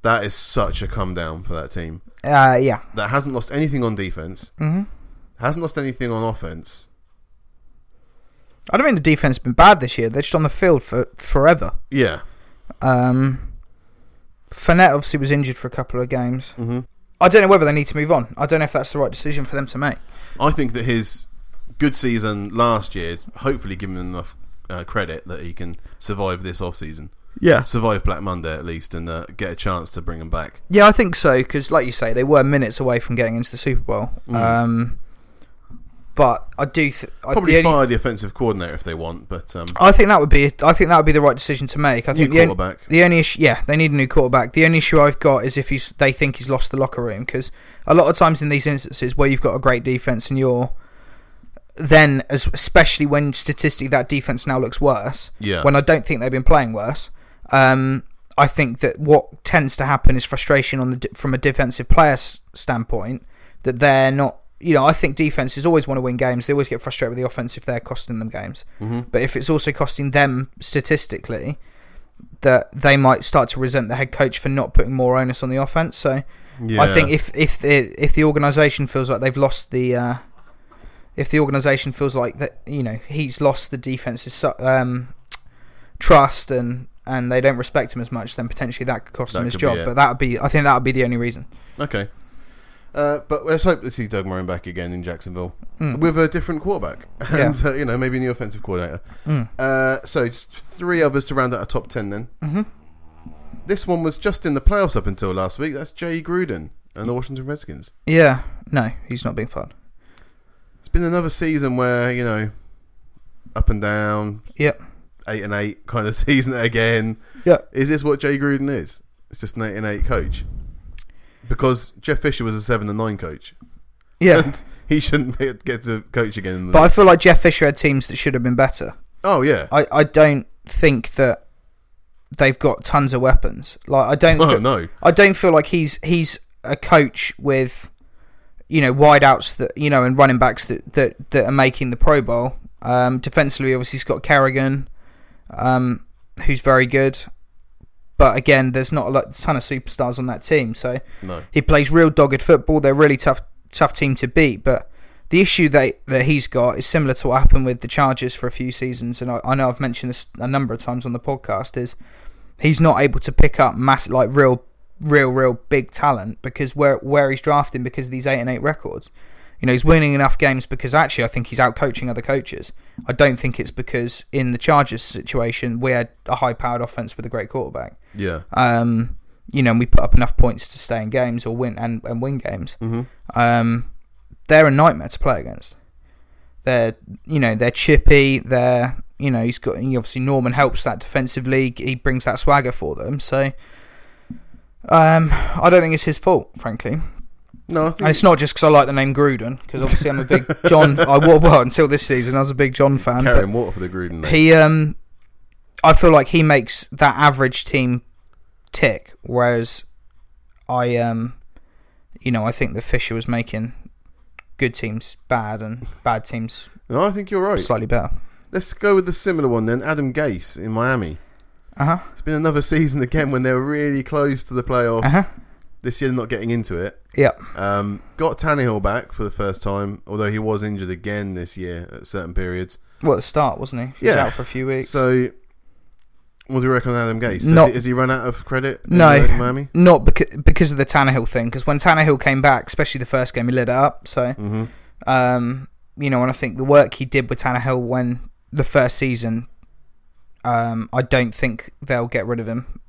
That is such a come down for that team.
Uh yeah.
That hasn't lost anything on defense. Mm-hmm. Hasn't lost anything on offense.
I don't think the defense has been bad this year. They're just on the field for forever.
Yeah.
Um, Fournette obviously was injured for a couple of games.
Mhm.
I don't know whether they need to move on. I don't know if that's the right decision for them to make.
I think that his good season last year is hopefully given enough uh, credit that he can survive this off season,
Yeah.
survive Black Monday at least, and uh, get a chance to bring him back.
Yeah, I think so because, like you say, they were minutes away from getting into the Super Bowl.
Mm.
Um, but I do. Th- I,
Probably
the only-
fire the offensive coordinator if they want, but um,
I think that would be. I think that would be the right decision to make. I
new
think the, on-
quarterback.
the only issue, yeah, they need a new quarterback. The only issue I've got is if he's they think he's lost the locker room because a lot of times in these instances where you've got a great defense and you're then, as especially when statistically that defense now looks worse,
Yeah.
when I don't think they've been playing worse, um, I think that what tends to happen is frustration on the d- from a defensive player's standpoint that they're not. You know, I think defenses always want to win games. They always get frustrated with the offense if they're costing them games.
Mhm.
But if it's also costing them statistically, that they might start to resent the head coach for not putting more onus on the offense. So
yeah.
I think if if the if the organisation feels like they've lost the, uh, if the organisation feels like that you know he's lost the defense's su- um, trust and and they don't respect him as much, then potentially that could cost
That
him his
could be
job.
it.
But that would be I think that would be the only reason.
Okay. Uh, but let's hope to see Doug Moran back again in Jacksonville
Mm.
with a different quarterback
Yeah.
and, uh, you know, maybe a new offensive coordinator.
Mm.
Uh, so just three others to round out our top 10 then.
Mhm.
This one was just in the playoffs up until last week. That's Jay Gruden and the Washington Redskins.
Yeah, no, he's not being fired.
It's been another season where, you know, up and down,
Yep.
eight and eight kind of season again.
Yeah.
Is this what Jay Gruden is? It's just an eight and eight coach. Because Jeff Fisher was a seven and nine coach.
Yeah,
And he shouldn't be- get to coach again. In the
but I feel like Jeff Fisher had teams that should have been better.
oh yeah.
I I don't think that they've got tons of weapons. Like I don't.
Oh
feel-
no.
I don't feel like he's he's a coach with you know wideouts that you know and running backs that that, that are making the Pro Bowl. Um, defensively, obviously, he's got Kerrigan, um, who's very good, but again, there's not a lot, ton of superstars on that team. So
No.
he plays real dogged football. They're a really tough tough team to beat, but. The issue that that he's got is similar to what happened with the Chargers for a few seasons, and I, I know I've mentioned this a number of times on the podcast. Is he's not able to pick up mass like real real real big talent because where where he's drafting because of these 8 and 8 records you know he's winning enough games because actually I think he's out coaching other coaches I don't think it's because in the Chargers situation we had a high powered offense with a great quarterback
Yeah.
um you know and we put up enough points to stay in games or win and, and win games
Mm-hmm.
um, they're a nightmare to play against. They're you know they're chippy. They're you know he's got he obviously Norman helps that defensively. He brings that swagger for them. So um, I don't think it's his fault, frankly.
No. I
And
think
it's not just because I like the name Gruden, because obviously I'm a big John. I was well until this season. I was a big John fan. but-
carrying water for the Gruden. Though.
he um I feel like he makes that average team tick, whereas I um you know, I think that Fisher was making good teams bad and bad teams
no, I think you're right.
slightly better.
Let's go with the similar one then. Adam Gase in Miami.
Uh huh.
It's been another season again when they were really close to the playoffs.
Uh-huh.
This year, not getting into it.
Yep.
Um, got Tannehill back for the first time, although he was injured again this year at certain periods.
Well, at the start, wasn't he? He was
Yeah.
out for a few weeks.
So, what do you reckon on Adam Gase? Has,
Not-
he, has he run out of credit? in,
No.
uh, Miami.
Not because because of the Tannehill thing, because when Tannehill came back, especially the first game, he lit it up. So
Mm-hmm.
Um, you know, and I think the work he did with Tannehill when the first season, um, I don't think they'll get rid of him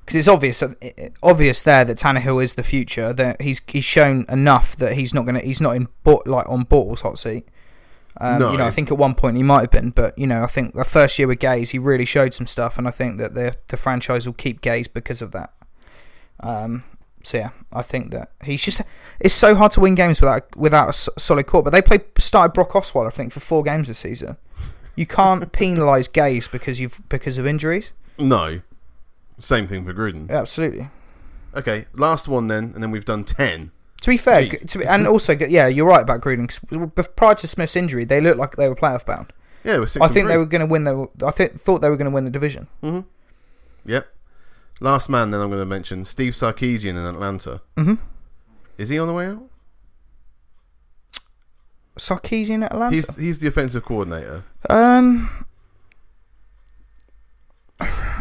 because it's obvious that- obvious there that Tannehill is the future. That he's he's shown enough that he's not gonna he's not in bo- like on Bortles hot seat. Um,
No.
You know, I think at one point he might have been, but you know, I think the first year with Gaze, he really showed some stuff, and I think that the the franchise will keep Gaze because of that. Um, so yeah, I think that he's just it's so hard to win games without without a s- solid core. But they played started Brock Osweiler, I think, for four games this season. You can't penalise Gaze because you've because of injuries.
No. Same thing for Gruden.
Absolutely.
Okay, last one then, and then we've done 10.
To be fair,
Jeez.
to be, and also yeah, you're right about Gruden. 'cause b- prior to Smith's injury, they looked like they were playoff bound.
Yeah, we're six
I
and
think
three.
they were going to win the. I th- thought they were going to win the division.
Mhm. Yep. Last man, then I'm going to mention Steve Sarkeesian in Atlanta.
Mm-hmm.
Is he on the way out?
Sarkeesian at Atlanta.
He's he's the offensive coordinator.
Um,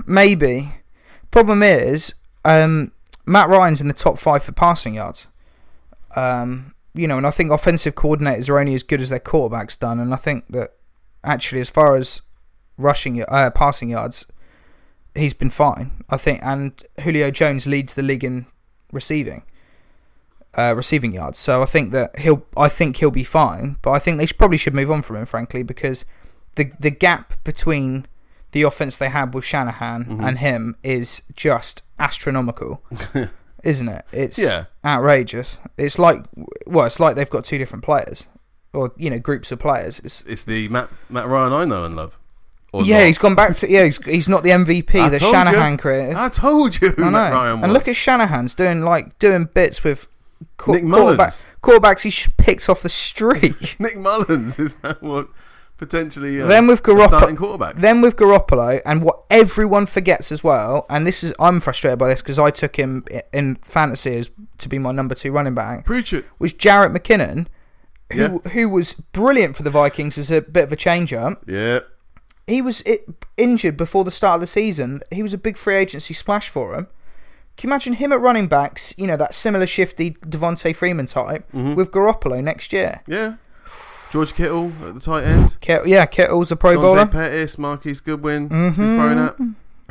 maybe. Problem is, um, Matt Ryan's in the top five for passing yards. Um, you know, and I think offensive coordinators are only as good as their quarterbacks done. And I think that actually, as far as rushing y- uh, passing yards, he's been fine. I think, and Julio Jones leads the league in receiving. Uh, receiving yards, so I think that he'll. I think he'll be fine, but I think they should, probably should move on from him, frankly, because the the gap between the offense they had with Shanahan
Mhm.
and him is just astronomical, isn't it? It's
Yeah.
outrageous. It's like well, it's like they've got two different players. or you know groups of players. It's,
It's the Matt Matt Ryan I know and love. Or
yeah,
not.
he's gone back to yeah. He's, he's not the
I
MVP that
told
Shanahan
you.
created.
I told you who
I
Matt
know.
Ryan was.
And look at Shanahan's doing like doing bits with qu-
Nick Mullins.
quarterback, quarterbacks he sh- picks off the street.
Nick Mullins is now what potentially uh,
Then with
the
Garoppolo-
starting quarterback.
then with Garoppolo, and what everyone forgets as well, and this is I'm frustrated by this because I took him i- in fantasy as to be my number two running back
Preach it.
was Jarrett McKinnon, who
Yeah.
who was brilliant for the Vikings as a bit of a change up.
Yeah.
He was it, injured before the start of the season. He was a big free agency splash for him. Can you imagine him at running backs? You know that similar shifty Devonte Freeman type with Garoppolo next year.
Yeah. George Kittle at the tight end.
Kittle, yeah, Kittle's a Pro
Dante
Bowler. Mm-hmm.
Pettis, Marquise Goodwin. mm Thrown at.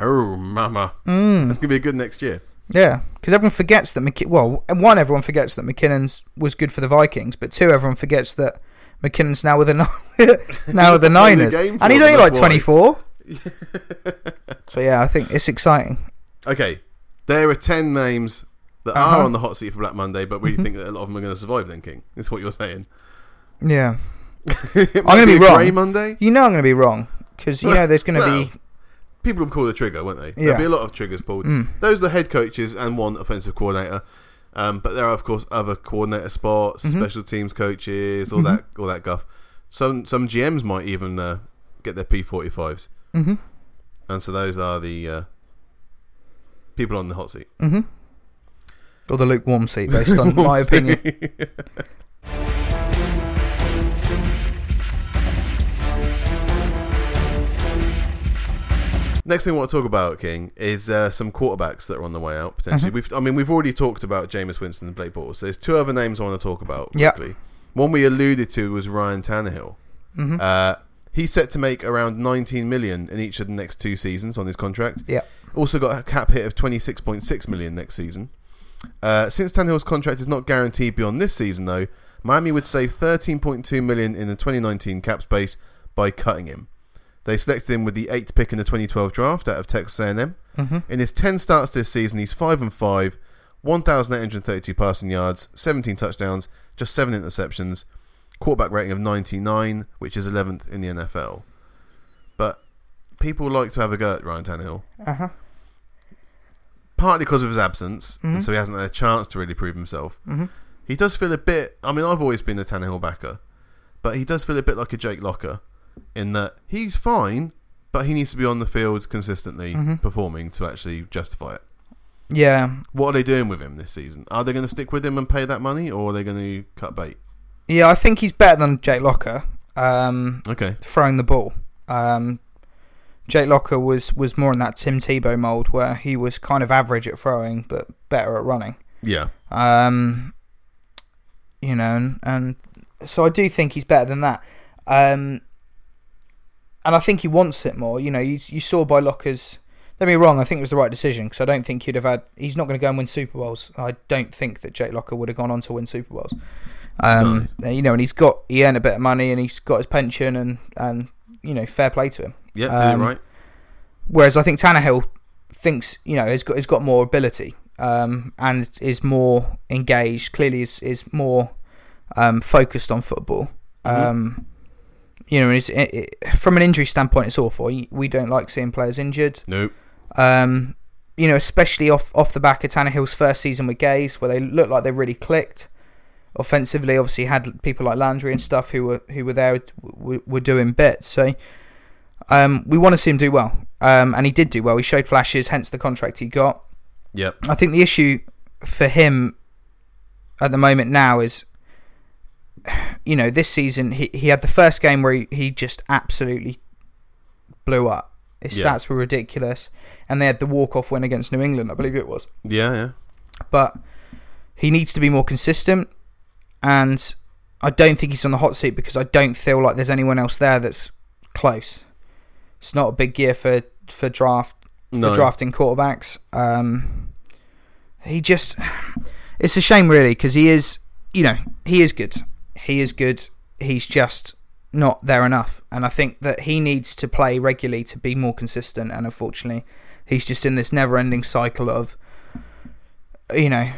Oh, mama.
Mm.
That's going to be good next year.
Yeah, because everyone forgets that McKinnon. Well, and one, everyone forgets that McKinnon's was good for the Vikings, but two, everyone forgets that McKinnon's now with the Ni- now with the
He's playing the
Niners,
game for
and he's
them,
only like
that's why.
twenty four. so yeah, I think it's exciting.
Okay. There are 10 names that are
Uh-huh.
on the hot seat for Black Monday, but we think that a lot of them are going to survive then, King. Is what you're saying.
Yeah,
I'm
gonna be
Grey
wrong.
Monday.
you know I'm going to be wrong because you know there's going to
Well,
be
People would call the trigger, won't they?
Yeah. Hmm.
There'll be a lot of triggers pulled. Those are the head coaches and one offensive coordinator. Um, but there are of course other coordinator spots,
Mm-hmm.
special teams coaches, all that, all that guff. Some some GMs might even uh, get their P forty fives,
Mhm.
and so those are the uh, people on the hot seat.
or the lukewarm seat based on my opinion.
Next thing I want to talk about, King, is uh, some quarterbacks that are on the way out potentially.
Uh-huh.
We've, I mean, we've already talked about Jameis Winston and Blake Bortles. So there's two other names I want to talk about
Yep.
quickly. One we alluded to was Ryan Tannehill.
Mm-hmm.
Uh, he's set to make around 19 million in each of the next two seasons on his contract.
Yeah,
Also got a cap hit of 26.6 million next season. Uh, since Tannehill's contract is not guaranteed beyond this season, though, Miami would save 13.2 million in the 2019 cap space by cutting him. They selected him with the eighth pick in the 2012 draft out of Texas A&M.
Mm-hmm.
In his 10 starts this season, he's five and five, 1,832 passing yards, 17 touchdowns, just seven interceptions, quarterback rating of 99, which is 11th in the NFL. But people like to have a go at Ryan Tannehill
Uh-huh.
partly because of his absence, and so he hasn't had a chance to really prove himself. He does feel a bit. I mean, I've always been a Tannehill backer, but he does feel a bit like a Jake Locker in that he's fine, but he needs to be on the field consistently performing to actually justify it.
yeah,
What are they doing with him this season? Are they going to stick with him and pay that money, or are they going to cut bait?
yeah. I think he's better than Jake Locker. Um,
Okay,
throwing the ball. Um, Jake Locker was was more in that Tim Tebow mold where he was kind of average at throwing but better at running.
yeah,
Um, you know, and, and so I do think he's better than that. Um, and I think he wants it more. You know, you, you saw by Locker's. Don't be wrong. I think it was the right decision because I don't think he'd have had. He's not going to go and win Super Bowls. I don't think that Jake Locker would have gone on to win Super Bowls. Um, You know, and he's got he earned a bit of money and he's got his pension and and you know fair play to him.
yeah,
Um,
did it right.
Whereas I think Tannehill thinks you know has got has got more ability um, and is more engaged. Clearly, is is more um, focused on football. Um, you know, and it's, it, it, from an injury standpoint, it's awful. You- We don't like seeing players injured.
Nope.
Um, you know, especially off off the back of Tannehill's first season with Gaze, where they looked like they really clicked. Offensively, obviously, had people like Landry and stuff who were who were there were, were doing bits. So um, we want to see him do well, um, and he did do well. He showed flashes, hence the contract he got.
Yep.
I think the issue for him at the moment now is, you know, this season he, he had the first game where he, he just absolutely blew up. His
Yeah.
stats were ridiculous, and they had the walk off win against New England, I believe it was.
Yeah, yeah.
But he needs to be more consistent, and I don't think he's on the hot seat because I don't feel like there's anyone else there that's close. It's not a big year for for draft
No.
for drafting quarterbacks. Um, he just, it's a shame really because he is, you know, he is good. He is good. He's just not there enough, and I think that he needs to play regularly to be more consistent. And unfortunately, he's just in this never-ending cycle of, you know,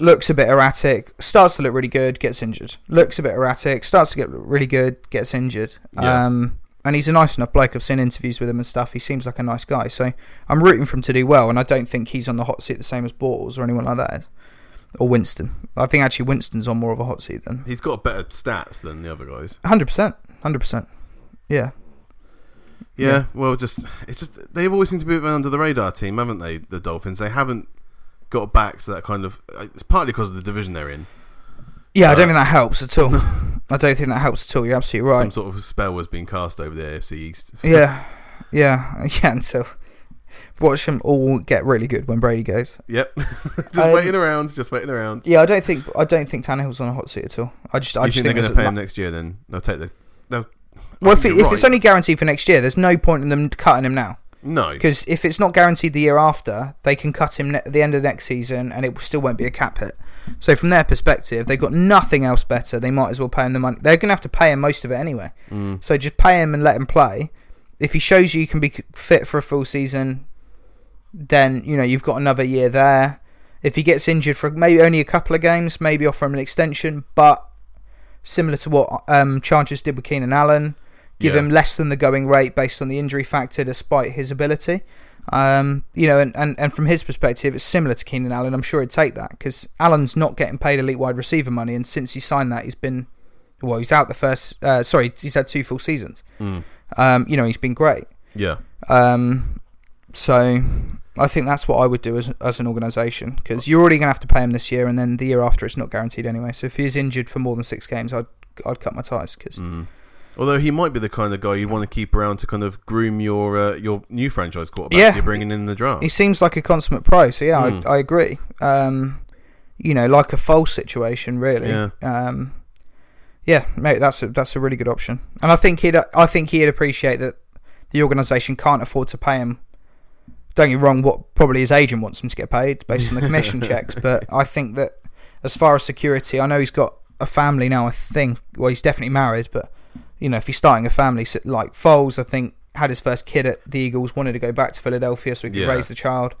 looks a bit erratic, starts to look really good, gets injured. Looks a bit erratic, starts to get really good, gets injured.
Yeah.
Um, and he's a nice enough bloke. I've seen interviews with him and stuff. He seems like a nice guy. So I'm rooting for him to do well. And I don't think he's on the hot seat the same as Bortles or anyone like that, or Winston. I think actually Winston's on more of a hot seat than
He's got better stats than the other guys.
100, percent 100. percent Yeah,
Yeah,
Yeah.
well, just it's just they've always seemed to be a bit under the radar team, haven't they? The Dolphins. They haven't got back to that kind of. uh, It's partly because of the division they're in.
yeah. I
Uh,
don't think that helps at all. I don't think that helps at all. You're absolutely right.
Some sort of spell was being cast over the AFC East.
Yeah, yeah, yeah. Until watch them all get really good when Brady goes.
Yep. just
Um,
waiting around. Just waiting around.
Yeah, I don't think I don't think Tannehill's on a hot seat at all. I just I
you
just
think they're going
think,
to
there's
pay
a-
him next year? Then they'll take the. They'll,
well,
I
if,
think
it,
you're
if it's
right.
only guaranteed for next year, there's no point in them cutting him now
no,
because if it's not guaranteed the year after, they can cut him ne- at the end of next season and it still won't be a cap hit. So from their perspective, they've got nothing else better. They might as well pay him the money. They're going to have to pay him most of it anyway.
Mm.
So just pay him and let him play. If he shows you he can be c- fit for a full season, then you know you've got another year there. If he gets injured for maybe only a couple of games, maybe offer him an extension. But similar to what um, Chargers did with Keenan Allen, give
Yeah.
him less than the going rate based on the injury factor, despite his ability. Um, you know, and, and, and from his perspective, it's similar to Keenan Allen. I'm sure he'd take that because Allen's not getting paid elite wide receiver money, and since he signed that, he's been well, he's out the first. Uh, sorry, he's had two full seasons.
Mm.
Um, you know, he's been great.
yeah,
Um, so I think that's what I would do as, as an organisation because you're already going to have to pay him this year, and then the year after it's not guaranteed anyway. So if he is injured for more than six games, I'd I'd cut my ties because
Mm. Although he might be the kind of guy you want to keep around to kind of groom your uh, your new franchise quarterback
Yeah.
you're bringing in the draft.
he seems like a consummate pro. So yeah,
Mm.
I, I agree. Um, you know, like a false situation, really.
Yeah.
Um, yeah, mate, that's a that's a really good option, and I think he'd I think he'd appreciate that the organisation can't afford to pay him. Don't get me wrong, what probably his agent wants him to get paid based on the commission checks, but I think that as far as security, I know he's got a family now. I think well, he's definitely married, but you know, if he's starting a family, so- like Foles, I think had his first kid at the Eagles, wanted to go back to Philadelphia so he could
Yeah.
raise the child.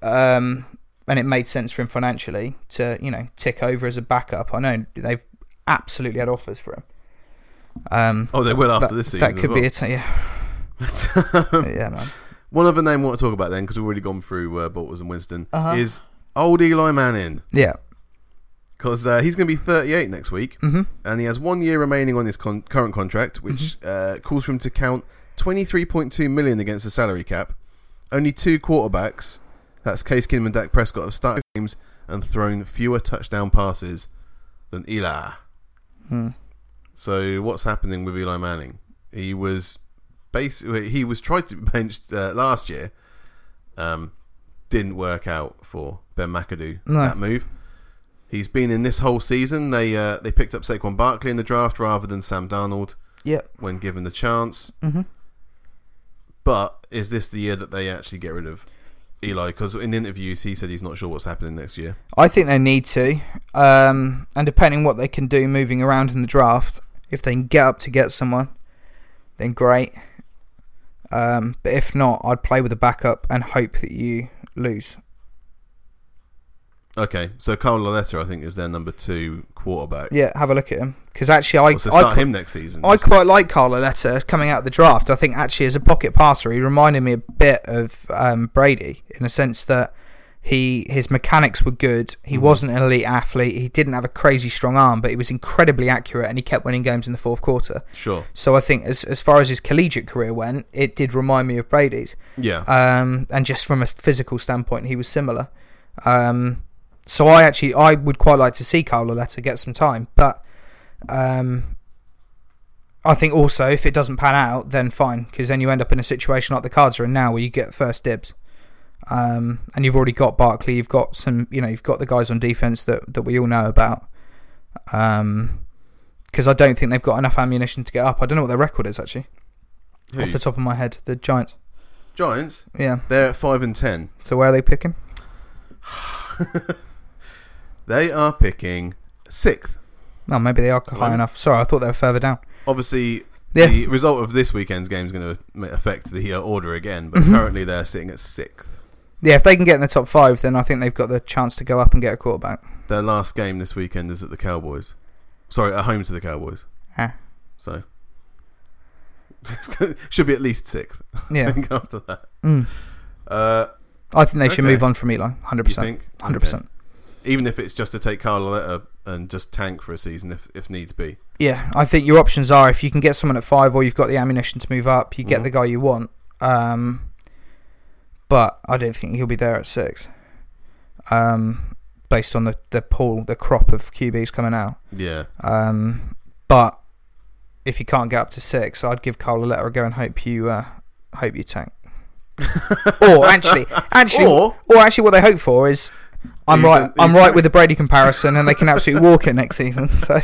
Um, and it made sense for him financially to you know tick over as a backup. I know they've absolutely had offers for him. Um,
Oh, they will after
that,
this season.
that could be a t- yeah, yeah, man.
One other name I want to talk about then, because we've already gone through uh, Bortles and Winston,
Uh-huh.
is old Eli Manning.
Yeah,
Because uh, he's going to be 38 next week,
hmm
and he has one year remaining on his con- current contract, which
Mm-hmm.
uh, calls for him to count 23.2 million against the salary cap. Only two quarterbacks, that's Case Keenum and Dak Prescott, have started games and thrown fewer touchdown passes than Eli.
Mm.
So what's happening with Eli Manning? He was basically he was tried to be benched uh, last year. Um, didn't work out for Ben McAdoo
No.
that move. He's been in this whole season. They uh, they picked up Saquon Barkley in the draft rather than Sam Darnold
yeah,
when given the chance.
hmm
But is this the year that they actually get rid of Eli? Because in interviews he said he's not sure what's happening next year.
I think they need to, um, and depending what they can do moving around in the draft, if they can get up to get someone, then great. Um, but if not, I'd play with a backup and hope that you lose.
Okay, so Carl Loletta I think is their number two quarterback.
Yeah, have a look at him because actually, I
Well, so
I
start
qu-
him next season.
I quite like Carl Aletta coming out of the draft. I think actually as a pocket passer, he reminded me a bit of um, Brady in a sense that he his mechanics were good. He wasn't an elite athlete. He didn't have a crazy strong arm, but he was incredibly accurate and he kept winning games in the fourth quarter.
sure.
So I think as as far as his collegiate career went, it did remind me of Brady's.
Yeah.
Um, and just from a physical standpoint, he was similar. Um, so I actually I would quite like to see Carl Loletta get some time, but um, I think also if it doesn't pan out, then fine, because then you end up in a situation like the Cards are in now, where you get first dibs, um, and you've already got Barkley, you've got some, you know, you've got the guys on defense that that we all know about. Um, because I don't think they've got enough ammunition to get up. I don't know what their record is actually, off
Who's?
the top of my head. The Giants,
Giants.
yeah.
They're at five and ten.
So where are they picking?
They are picking sixth.
No, maybe they are high
Well-
enough. Sorry, I thought they were further down.
Obviously,
Yeah,
the result of this weekend's game is going to affect the uh, order again. But
Mhm.
currently, they're sitting at sixth.
yeah. If they can get in the top five, then I think they've got the chance to go up and get a quarterback.
Their last game this weekend is at the Cowboys. Sorry, at home to the Cowboys.
Ah.
So should be at least sixth. I
Yeah.
think after that.
Mm.
Uh,
I think they should
Okay.
move on from Eli. Hundred
you
percent.
think?
Hundred percent.
Okay. Even if it's just to take Carletta and just tank for a season if, if needs be.
Yeah, I think your options are if you can get someone at five or you've got the ammunition to move up, you get
Mhm.
the guy you want. Um, but I don't think he'll be there at six. Um, based on the, the pool, the crop of QBs coming out.
Yeah.
Um, but if you can't get up to six, I'd give Carl a letter a go and hope you uh, hope you tank. or actually, actually, or,
Or
actually, what they hope for is. I'm
You
right.
can-
I'm
he's
right
tank.
with the Brady comparison, and they can absolutely walk it next season. So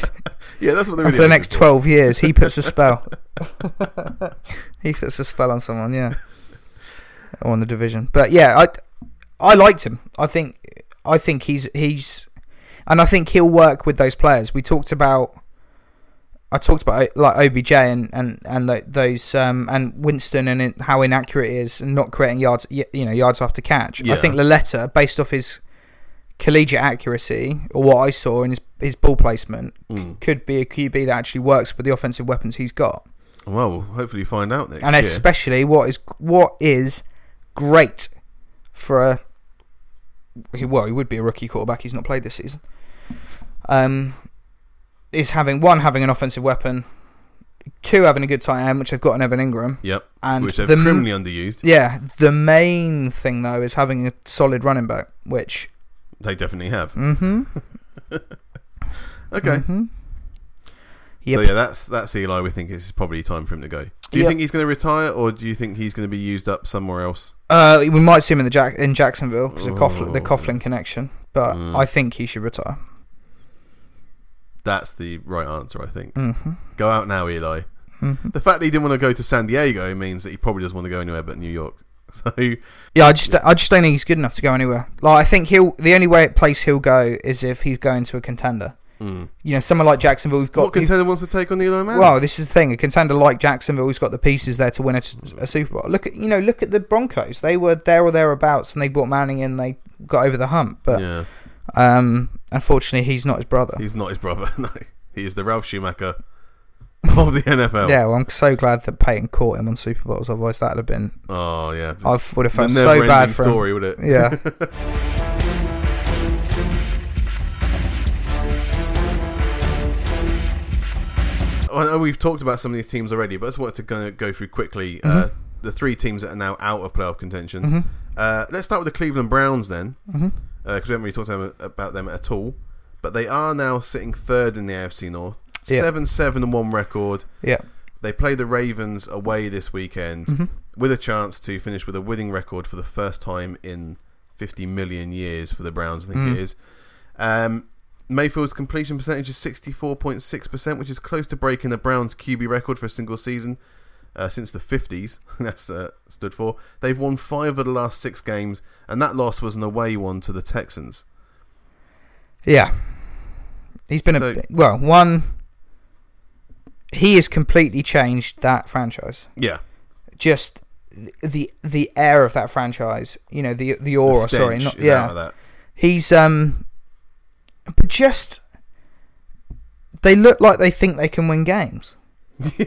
yeah, that's what they're really
and for the
hoping
next
for.
12 years, he puts a spell. he puts a spell on someone, yeah. Or on the division. But yeah, I I liked him. I think I think he's he's and I think he'll work with those players. We talked about I talked about uh, like OBJ and and and tho- those um, and Winston and it, how inaccurate he is and not creating yards y- you know yards after catch.
Yeah.
I think Laletta, based off his collegiate accuracy or what I saw in his his ball placement,
Mm.
could be a QB that actually works with the offensive weapons he's got,
Well, we'll hopefully find out next
and
year.
especially what is what is great for a he- well, he would be a rookie quarterback. He's not played this season. Um, is having one having an offensive weapon, two having a good tight end, which they've got in Evan Ingram,
Yep.
and
Which
the
they've
m-
criminally underused.
yeah, the main thing though is having a solid running back, which
They definitely have.
mm-hmm,
Okay.
hmm Yep.
So yeah, that's that's Eli. We think it's probably time for him to go. Do you
Yep.
think he's going to retire, or do you think he's going to be used up somewhere else?
Uh, we might see him in the Jack in Jacksonville because of Coughlin, the
Ooh.
Coughlin connection, but
Mm.
I think he should retire.
That's the right answer, I think.
Mm-hmm.
Go out now, Eli.
Mm-hmm.
The fact that he didn't want to go to San Diego means that he probably doesn't want to go anywhere but New York. So
Yeah, I just I just don't think he's good enough to go anywhere. Like I think he'll the only way place he'll go is if he's going to a contender.
mm.
You know, someone like Jacksonville, we've Hmm. got
what contender wants to take on Eli Manning?
Well, this is the thing. A contender like Jacksonville, who's got the pieces there to win a, a Super Bowl. Look at you know, look at the Broncos. They were there or thereabouts, and they brought Manning in. They got over the hump, but
yeah,
um, unfortunately, he's not his brother.
he's not his brother. No, he is the Ralph Schumacher of the NFL.
Yeah, well, I'm so glad that Peyton caught him on Super Bowls. Otherwise, that'd have been
Oh yeah. The
I would have felt so
never-ending
bad for him.
story, would it?
Yeah.
I know we've talked about some of these teams already, but I just wanted to go, go through quickly uh,
Mm-hmm.
the three teams that are now out of playoff contention. Uh, let's start with the Cleveland Browns then, because
Mhm.
Uh, we haven't really talked to them- about them at all. But they are now sitting third in the AFC North,
Yeah.
seven seven and one record.
Yeah. Mm-hmm.
They play the Ravens away this weekend with a chance to finish with a winning record for the first time in 50 million years for the Browns, I think it is. Um, Mayfield's completion percentage is 64.6%, which is close to breaking the Browns QB record for a single season uh, since the 50s. That's uh, stood for. They've won five of the last six games, and that loss was an away one to the Texans.
Yeah. He's been
So-
a well, one he has completely changed that franchise.
Yeah.
Just the the air of that franchise, you know, the the
the
aura, sorry,
stench
not
is
yeah.
out of that.
He's um but just they look like they think they can win games.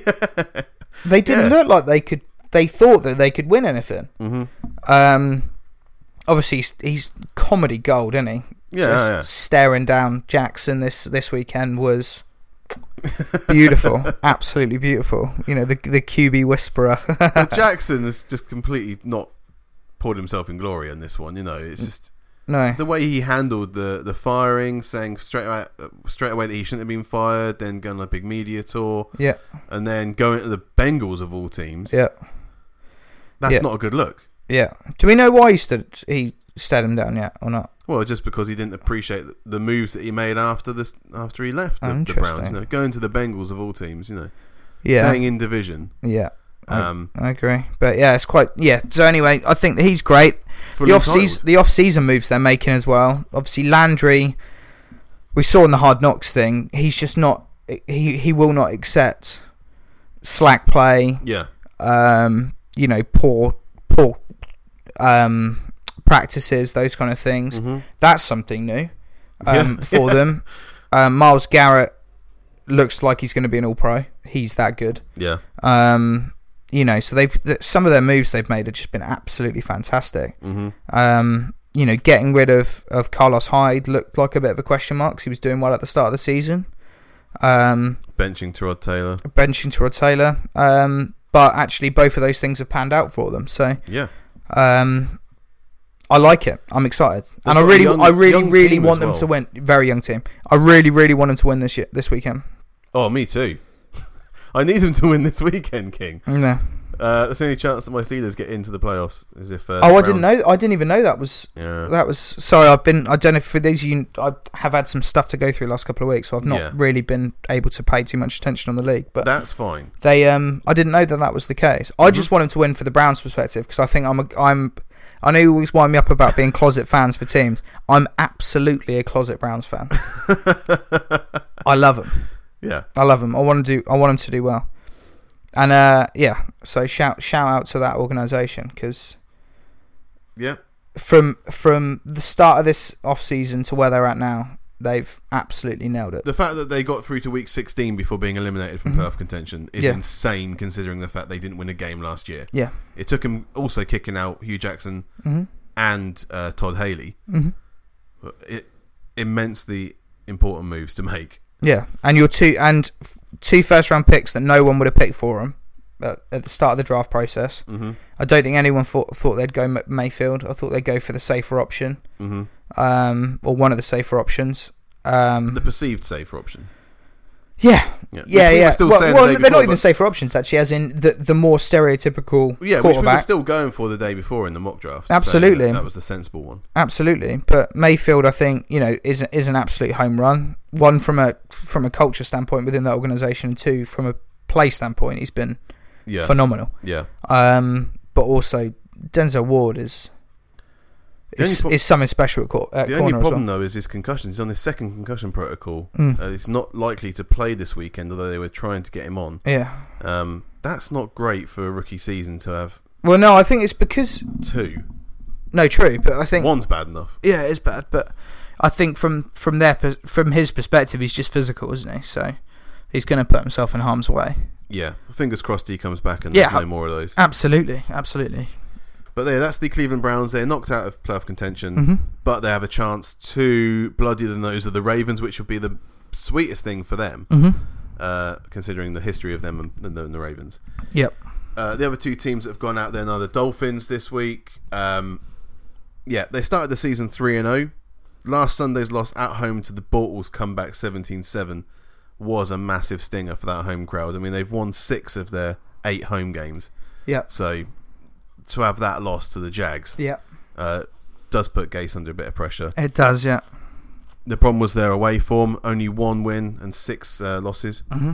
They didn't
Yeah.
look like they could they thought that they could win anything.
hmm
Um obviously he's, he's comedy gold, isn't he?
Yeah,
just
yeah.
staring down Jackson this this weekend was beautiful, absolutely beautiful. You know the the QB whisperer.
But Jackson has just completely not poured himself in glory on this one. You know, it's just
no,
the way he handled the the firing, saying straight away, straight away that he shouldn't have been fired, then going on a big media tour,
yeah,
and then going to the Bengals of all teams.
yeah,
That's
Yeah.
not a good look.
yeah. Do we know why he stood he stared him down yet or not?
Well, just because he didn't appreciate the- the moves that he made after this, after he left the, the Browns, you
Interesting.
know, going to the Bengals of all teams, you know,
Yeah,
staying in division.
yeah. I-
Um,
I agree, but yeah, it's quite yeah. So anyway, I think that he's great.
fully
the off
entitled.
season, the off season moves they're making as well. Obviously, Landry, we saw in the hard knocks thing, he's just not. He he will not accept slack play.
yeah,
Um, you know, poor poor um practices, those kind of things.
Mhm.
That's something new. um,
Yeah.
for them. Um, Miles Garrett looks like he's going to be an All Pro. He's that good.
Yeah.
Um, you know, so they've th- some of their moves they've made have just been absolutely fantastic.
hmm
Um, you know, getting rid of, of Carlos Hyde looked like a bit of a question mark 'cause he was doing well at the start of the season. Um,
Benching Terod Taylor.
benching Terod Taylor, um, but actually both of those things have panned out for them. So
Yeah.
um, I like it. I'm excited,
They've
and I
got a
really,
young-
I really,
young
really
team
want
as
them
well.
to win. Very young team. I really, really want them to win this year, this weekend.
Oh, me too. I need them to win this weekend, King.
Yeah.
Uh, that's the only chance that my Steelers get into the playoffs is if. Uh,
Oh, I
Browns-
didn't know. I didn't even know that was
Yeah.
that was. Sorry, I've been. I don't know if for these. You, I have had some stuff to go through the last couple of weeks, so I've not
Yeah.
really been able to pay too much attention on the league. But
That's fine.
they um I didn't know that that was the case. I just want him to win for the Browns' perspective because I think I'm a, I'm I know you always wind me up about being closet fans for teams. I'm absolutely a closet Browns fan. I love them.
Yeah.
I love them. I want to do. I want them to do well. And uh yeah, so shout shout out to that organisation because
Yeah.
from from the start of this off season to where they're at now, they've absolutely nailed it.
The fact that they got through to week 16 before being eliminated from playoff contention is
Mm-hmm. Yeah.
insane considering the fact they didn't win a game last year.
Yeah.
It took them also kicking out Hugh Jackson
Mhm.
and uh, Todd Haley.
Mhm.
It, immensely important moves to make.
Yeah, and your two and f- two first round picks that no one would have picked for him at, at the start of the draft process.
Mhm.
I don't think anyone thought thought they'd go Ma- Mayfield. I thought they'd go for the safer option,
hmm
um, or one of the safer options. Um,
The perceived safer option.
yeah,
Yeah,
yeah,
which we
yeah.
were still
well,
saying
well,
the day
they're not
before,
even
but-
safer options actually, as in the the more stereotypical
Yeah, which we
quarterback.
were still going for the day before in the mock draft. so
Absolutely.
that, that was the sensible one.
Absolutely, but Mayfield, I think you know, is is an absolute home run. One from a from a culture standpoint within that organisation, and two from a play standpoint, he's been
Yeah.
phenomenal.
yeah.
Um, but also Denzel Ward is
The only
is,
prob-
is something special at, cor- at
The only
corner
problem,
as
though, is his concussion. He's on his second concussion protocol.
well. Mm.
Uh, he's not likely to play this weekend, although they were trying to get him on.
yeah.
Um, that's not great for a rookie season to have
Well, no, I think it's because
two.
no, true, but I think
One's bad enough.
yeah, it's bad, but I think from from their pers- from his perspective, he's just physical, isn't he? So he's going to put himself in harm's way.
Yeah, fingers crossed he comes back and
Yeah.
there's no more of those.
Absolutely, absolutely.
But there, that's the Cleveland Browns. They're knocked out of playoff contention,
hmm
but they have a chance to bloody the nose of the Ravens, which would be the sweetest thing for them,
hmm
uh, considering the history of them and, and the, and the Ravens.
Yep.
Uh, the other two teams that have gone out there now, the Dolphins this week. Um, yeah, they started the season 3 and 0. Last Sunday's loss at home to the Bortles comeback 17 7 was a massive stinger for that home crowd. I mean, they've won six of their eight home games.
Yep.
So to have that loss to the Jags
Yep.
uh, does put Gase under a bit of pressure.
It does. Yeah.
The problem was their away form, only one win and six uh, losses.
hmm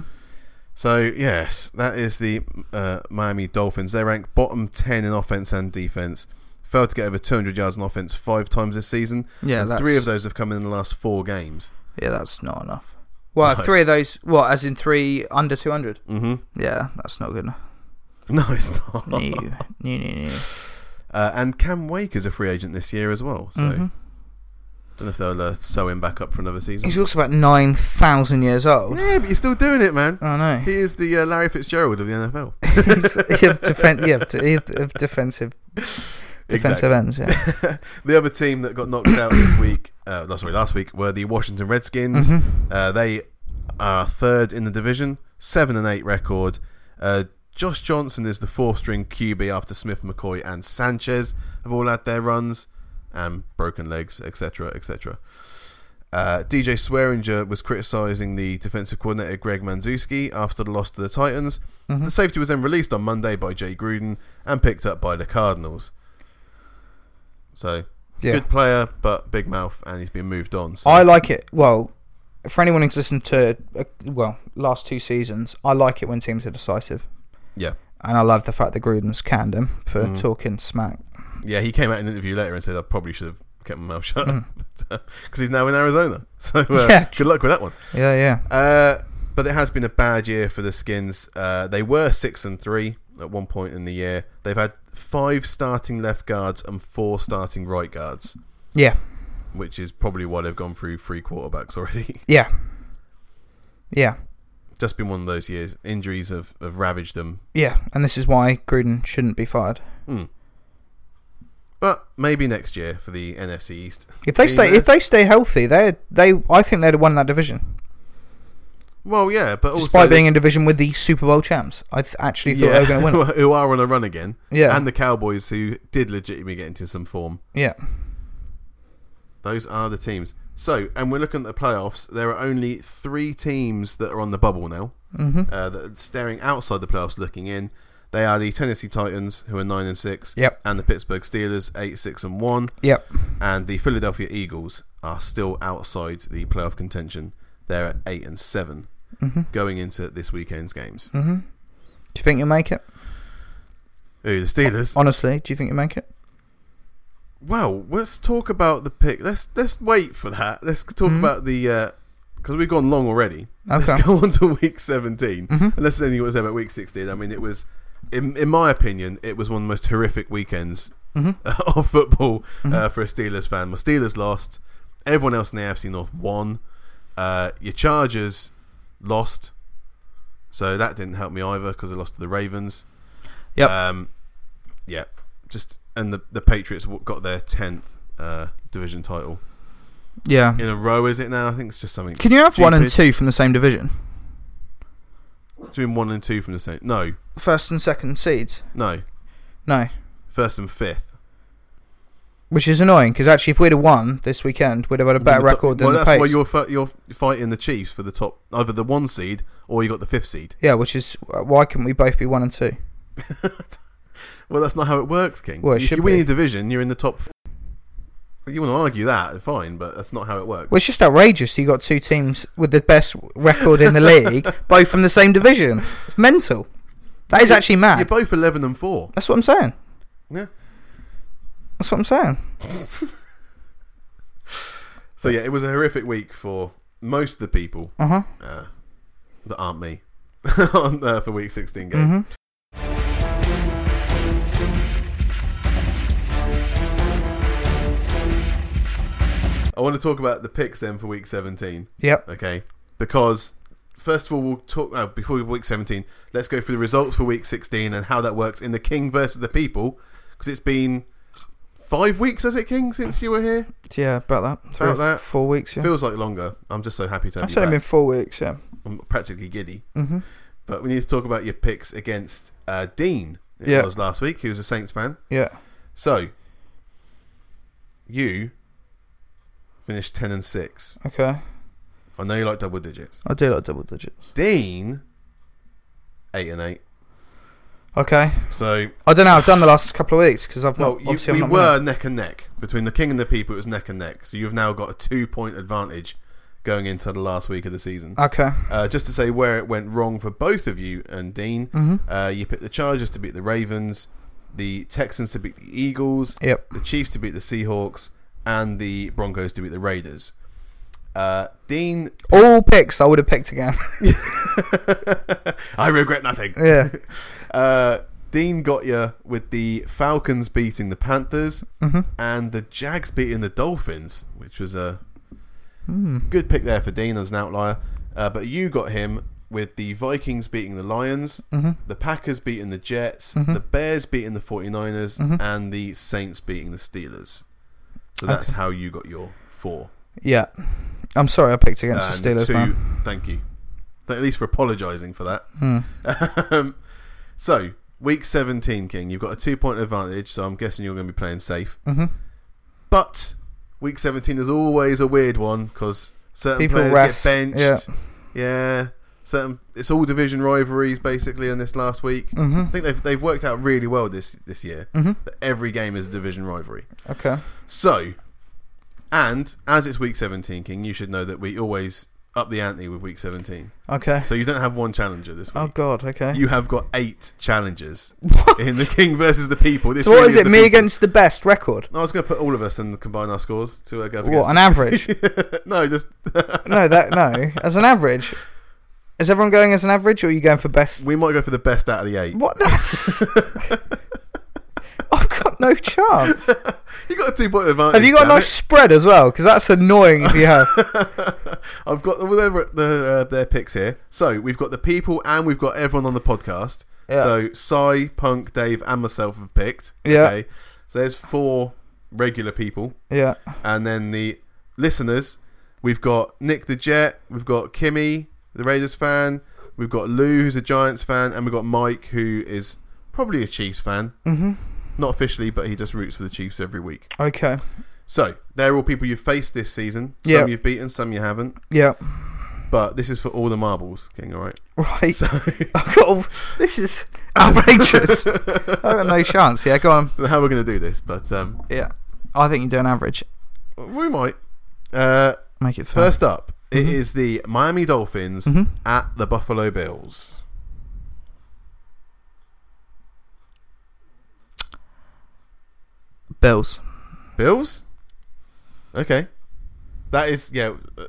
So yes, that is the uh, Miami Dolphins. They rank bottom ten in offense and defense. Failed to get over 200 yards on offense five times this season.
Yeah.
and
that's-
three of those have come in the last four games.
Yeah, that's not enough. Well,
No.
three of those. What, as in three under two hundred?
Mm-hmm.
Yeah, that's not good enough.
No, it's not.
No, no, no, no.
Uh, and Cam Wake is a free agent this year as well. So
Mhm.
don't know if they'll uh, sew him back up for another season.
He's also about nine thousand years old.
Yeah, but you're still doing it, man.
I know.
He is the uh, Larry Fitzgerald of the NFL.
He's of defen- yeah, of de- he- of defensive defensive
Exactly.
ends. Yeah.
The other team that got knocked out this week, uh, no, sorry, last week, were the Washington Redskins.
Mhm.
Uh, they are third in the division, seven and eight record. Uh, Josh Johnson is the fourth string QB after Smith, McCoy, and Sanchez have all had their runs and broken legs, etc., etc. Uh, DJ Swearinger was criticising the defensive coordinator Greg Manzewski after the loss to the Titans.
Mm-hmm. Hmm.
The safety was then released on Monday by Jay Gruden and picked up by the Cardinals. So
Yeah.
good player, but big mouth, and he's been moved on. So.
I like it. Well, for anyone who's listened to uh, well last two seasons, I like it when teams are decisive,
yeah, Mm.
and I love the fact that Gruden's canned him for talking smack.
yeah. He came out in an interview later and said, "I probably should have kept my mouth shut," because he's now in Arizona. So uh,
Hmm. Yeah.
good luck with that one.
Yeah, yeah.
Uh, but it has been a bad year for the Skins. Uh, they were six and three at one point in the year. They've had five starting left guards and four starting right guards.
Yeah.
which is probably why they've gone through three quarterbacks already.
Yeah. Yeah.
Just been one of those years. Injuries have, have ravaged them.
Yeah. And this is why Gruden shouldn't be fired.
Hmm. But maybe next year for the NFC East.
If they
team
stay
there.
if they stay healthy, they they I think they'd have won that division.
well, yeah, but also
Despite being in division with the Super Bowl champs. I th- actually thought
yeah,
they were going to win. it.
who are on a run again.
Yeah.
and the Cowboys who did legitimately get into some form.
Yeah.
Those are the teams. So, and we're looking at the playoffs. There are only three teams that are on the bubble now,
Mhm.
uh, that are staring outside the playoffs, looking in. They are the Tennessee Titans, who are nine and six,
Yep.
and the Pittsburgh Steelers, eight, six, and one,
Yep.
and the Philadelphia Eagles are still outside the playoff contention. They're at eight and 7
Mm-hmm.
going into this weekend's games.
Do you think you'll make it?
Ooh, the Steelers.
Honestly, do you think you'll make it?
Well, let's talk about the pick. Let's let's wait for that. Let's talk about the because we've gone long already.
Hmm? Okay. Mm-hmm.
Let's go on to week 17 Unless there's anything you want to say about week sixteen. I mean, it was, in, in my opinion, it was one of the most horrific weekends
Mm-hmm.
of football uh, for a Steelers fan. My Steelers lost. Everyone else in the AFC North won. Uh, your Chargers lost, so that didn't help me either because I lost to the Ravens.
Yep.
Um, yeah. Just and the the Patriots w- got their tenth uh, division title
Yeah.
in a row. Is it now? I think it's just something.
Can you have one and
stupid.
two from the same division?
Doing one and two from the same. No,
First and second seeds?
no.
No.
First and fifth.
Which is annoying because actually, if we'd have won this weekend, we'd have had a better
The top-
record than
Well,
the
that's why
Patriots.
you're fi- you're fighting the Chiefs for the top, either the one seed or you got the fifth seed.
Yeah, which is uh, why couldn't we both be one and two?
Well, that's not how it works, King.
Well, it
if
should
you win
be.
a division, you're in the top. f- You want to argue that, fine, but that's not how it works.
Well, it's just outrageous. You got two teams with the best record in the league, both from the same division. It's mental. That is actually mad.
You're both eleven and four.
That's what I'm saying.
Yeah.
That's what I'm saying.
So yeah, it was a horrific week for most of the people
Uh huh.
uh, that aren't me on uh, for week 16 games. I want to talk about the picks then for week 17,
Yep.
okay? Because first of all, we'll talk uh, before we week 17. Let's go through the results for week 16 and how that works in the King versus the People, because it's been five weeks, has it, King, since you were here?
Yeah, about that.
About that.
Four weeks. Yeah.
Feels like longer. I'm just so happy to. have
That's
you
only
back.
been four weeks. Yeah.
I'm practically giddy.
Mhm.
But we need to talk about your picks against uh, Dean. It
Yeah.
was last week. He was a Saints fan.
Yeah.
So you finished ten and six.
Okay.
I know you like double digits.
I do like double digits.
Dean eight and eight.
Okay.
So
I don't know. I've done the last couple of weeks because I've
well,
not.
you,
obviously,
we
I'm not gonna-
were neck and neck between the king and the people. It was neck and neck. So you've now got a two point advantage going into the last week of the season.
Okay.
Uh, just to say where it went wrong for both of you and
Mm-hmm.
Dean, uh, you picked the Chargers to beat the Ravens, the Texans to beat the Eagles,
Yep.
the Chiefs to beat the Seahawks, and the Broncos to beat the Raiders. Uh, Dean,
All picks I would have picked again.
I regret nothing.
yeah.
Uh, Dean got you with the Falcons beating the Panthers
Mm-hmm.
and the Jags beating the Dolphins, which was a
Mm-hmm.
good pick there for Dean as an outlier. Uh, but you got him with the Vikings beating the Lions,
Mm-hmm.
the Packers beating the Jets, the Bears beating the 49ers,
Mm-hmm.
and the Saints beating the Steelers. So that's how you got your four.
Yeah. I'm sorry I picked against the
And
Steelers,
two-
man. Hmm.
Thank you. Th- At least for apologising for that. um, so, week 17, King, you've got a two point advantage, so I'm guessing you're going to be playing safe. Mm-hmm. But week 17 is always a weird one because certain
People
players
rest,
get benched.
yeah.
Yeah. Certain, it's all division rivalries basically in this last week.
Mm. Mm-hmm.
I think they've, they've worked out really well this, this year that every game is a division rivalry.
Okay.
So, and as it's week 17, King, you should know that we always up the ante with week 17.
Okay.
So you don't have one challenger this week.
Oh God. Okay.
You have got eight challengers in the King versus the People. This
so what
really
is it?
the
Me
people.
against the best record?
I was going to put all of us and combine our scores to uh, go up
What an average?
against. no, just
no, that no. As an average, is everyone going as an average, or are you going for best?
we might go for the best out of the eight.
What? That's. I've got got no chance.
You got a two point advantage.
Have you got a
damn
nice spread as well? Because that's annoying if you have.
it. I've got the, well, they're- the, uh, their picks here. So we've got the people and we've got everyone on the podcast.
Yeah.
So Cy, Punk, Dave, and myself have picked.
Yeah.
Okay. So there's four regular people,
Yeah.
and then the listeners. We've got Nick the Jet. We've got Kimmy, the Raiders fan. We've got Lou, who's a Giants fan, and we've got Mike, who is probably a Chiefs fan.
Mm-hmm.
Not officially, but he just roots for the Chiefs every week.
Okay.
So they're all people you've faced this season. Some
Yeah.
you've beaten, some you haven't.
Yeah.
But this is for all the marbles, King. All right.
Right.
So
I've got. all- Oh, This is outrageous. I've got no chance. Yeah. Go on.
don't know how we're going to do this, but um,
Yeah. I think you do an average.
we might. Uh,
Make it fair.
first up, it
Mhm.
is the Miami Dolphins
Mhm.
at the Buffalo Bills.
Bills.
Bills. Okay, that is yeah. uh,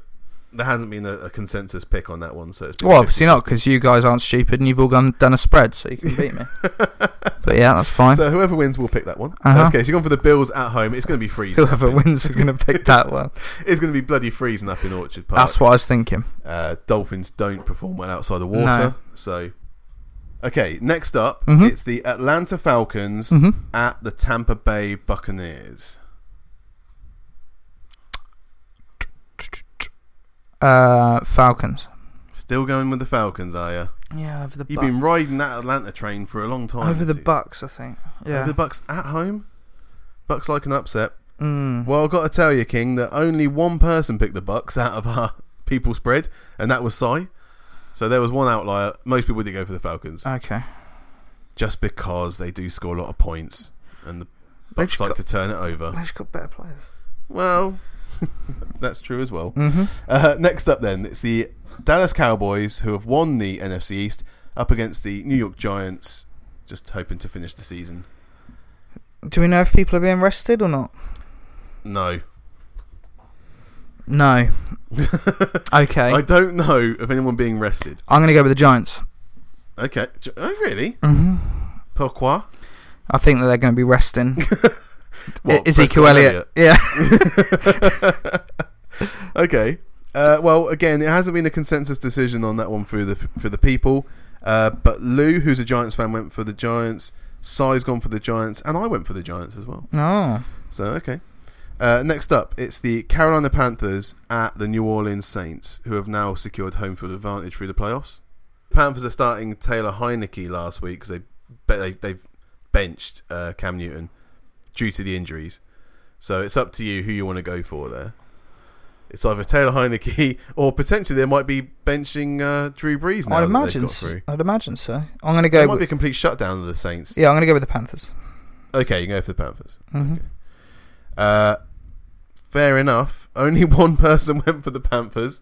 There hasn't been a, a consensus pick on that one, so it's been
Well,
50.
obviously not, because you guys aren't stupid and you've all gone done a spread, so you can beat me. but yeah, that's fine.
So whoever wins will pick that one.
Uh-huh.
Okay, so you're going for the Bills at home. It's going to be freezing. up
Whoever
in-
wins is going to pick that one.
It's going to be bloody freezing up in Orchard Park.
That's what I was thinking.
Uh, dolphins don't perform well outside the water.
No.
So, okay, next up,
Mhm.
it's the Atlanta Falcons
hmm
at the Tampa Bay Buccaneers.
Uh, Falcons.
Still going with the Falcons, are you?
Yeah, over the
You've been riding that Atlanta train for a long time.
over the
Izzy.
Bucks, I think. Yeah.
Over the Bucks at home? Bucks like an upset.
Mm.
Well, I've got to tell you, King, that only one person picked the Bucks out of our people spread, and that was Cy. So there was one outlier. Most people did go for the Falcons.
Okay.
just because they do score a lot of points and the
They've
Bucks
just
like
got-
to turn it over.
They've just got better players.
Well, that's true as well.
Mm-hmm.
Uh, next up, then, it's the Dallas Cowboys who have won the NFC East up against the New York Giants, just hoping to finish the season.
Do we know if people are being rested or not?
No,
No. okay.
I don't know of anyone being rested.
I'm going to go with the Giants.
Okay, J- oh really?
Mm-hmm.
Pourquoi?
I think that they're going to be resting.
What,
Ezekiel
Preston
Elliott. Yeah.
okay. Uh, well, again, it hasn't been a consensus decision on that one for the for the people. Uh, but Lou, who's a Giants fan, went for the Giants. Sai's gone for the Giants, and I went for the Giants as well.
Oh.
So okay. Uh, next up, it's the Carolina Panthers at the New Orleans Saints, who have now secured home field advantage through the playoffs. Panthers are starting Taylor Heineke last week because they, be- they they've benched uh, Cam Newton due to the injuries. So it's up to you who you want to go for there. It's either Taylor Heineke or potentially they might be benching uh, Drew Brees now.
I'd
that they've
imagine.
got
s-
through.
I'd imagine so. I'm going to
It
go.
might
With,
be a complete shutdown of the Saints.
yeah, I'm going to go with the Panthers.
Okay, you can go for the Panthers.
Mm-hmm.
Uh, fair enough. Only one person went for the Panthers,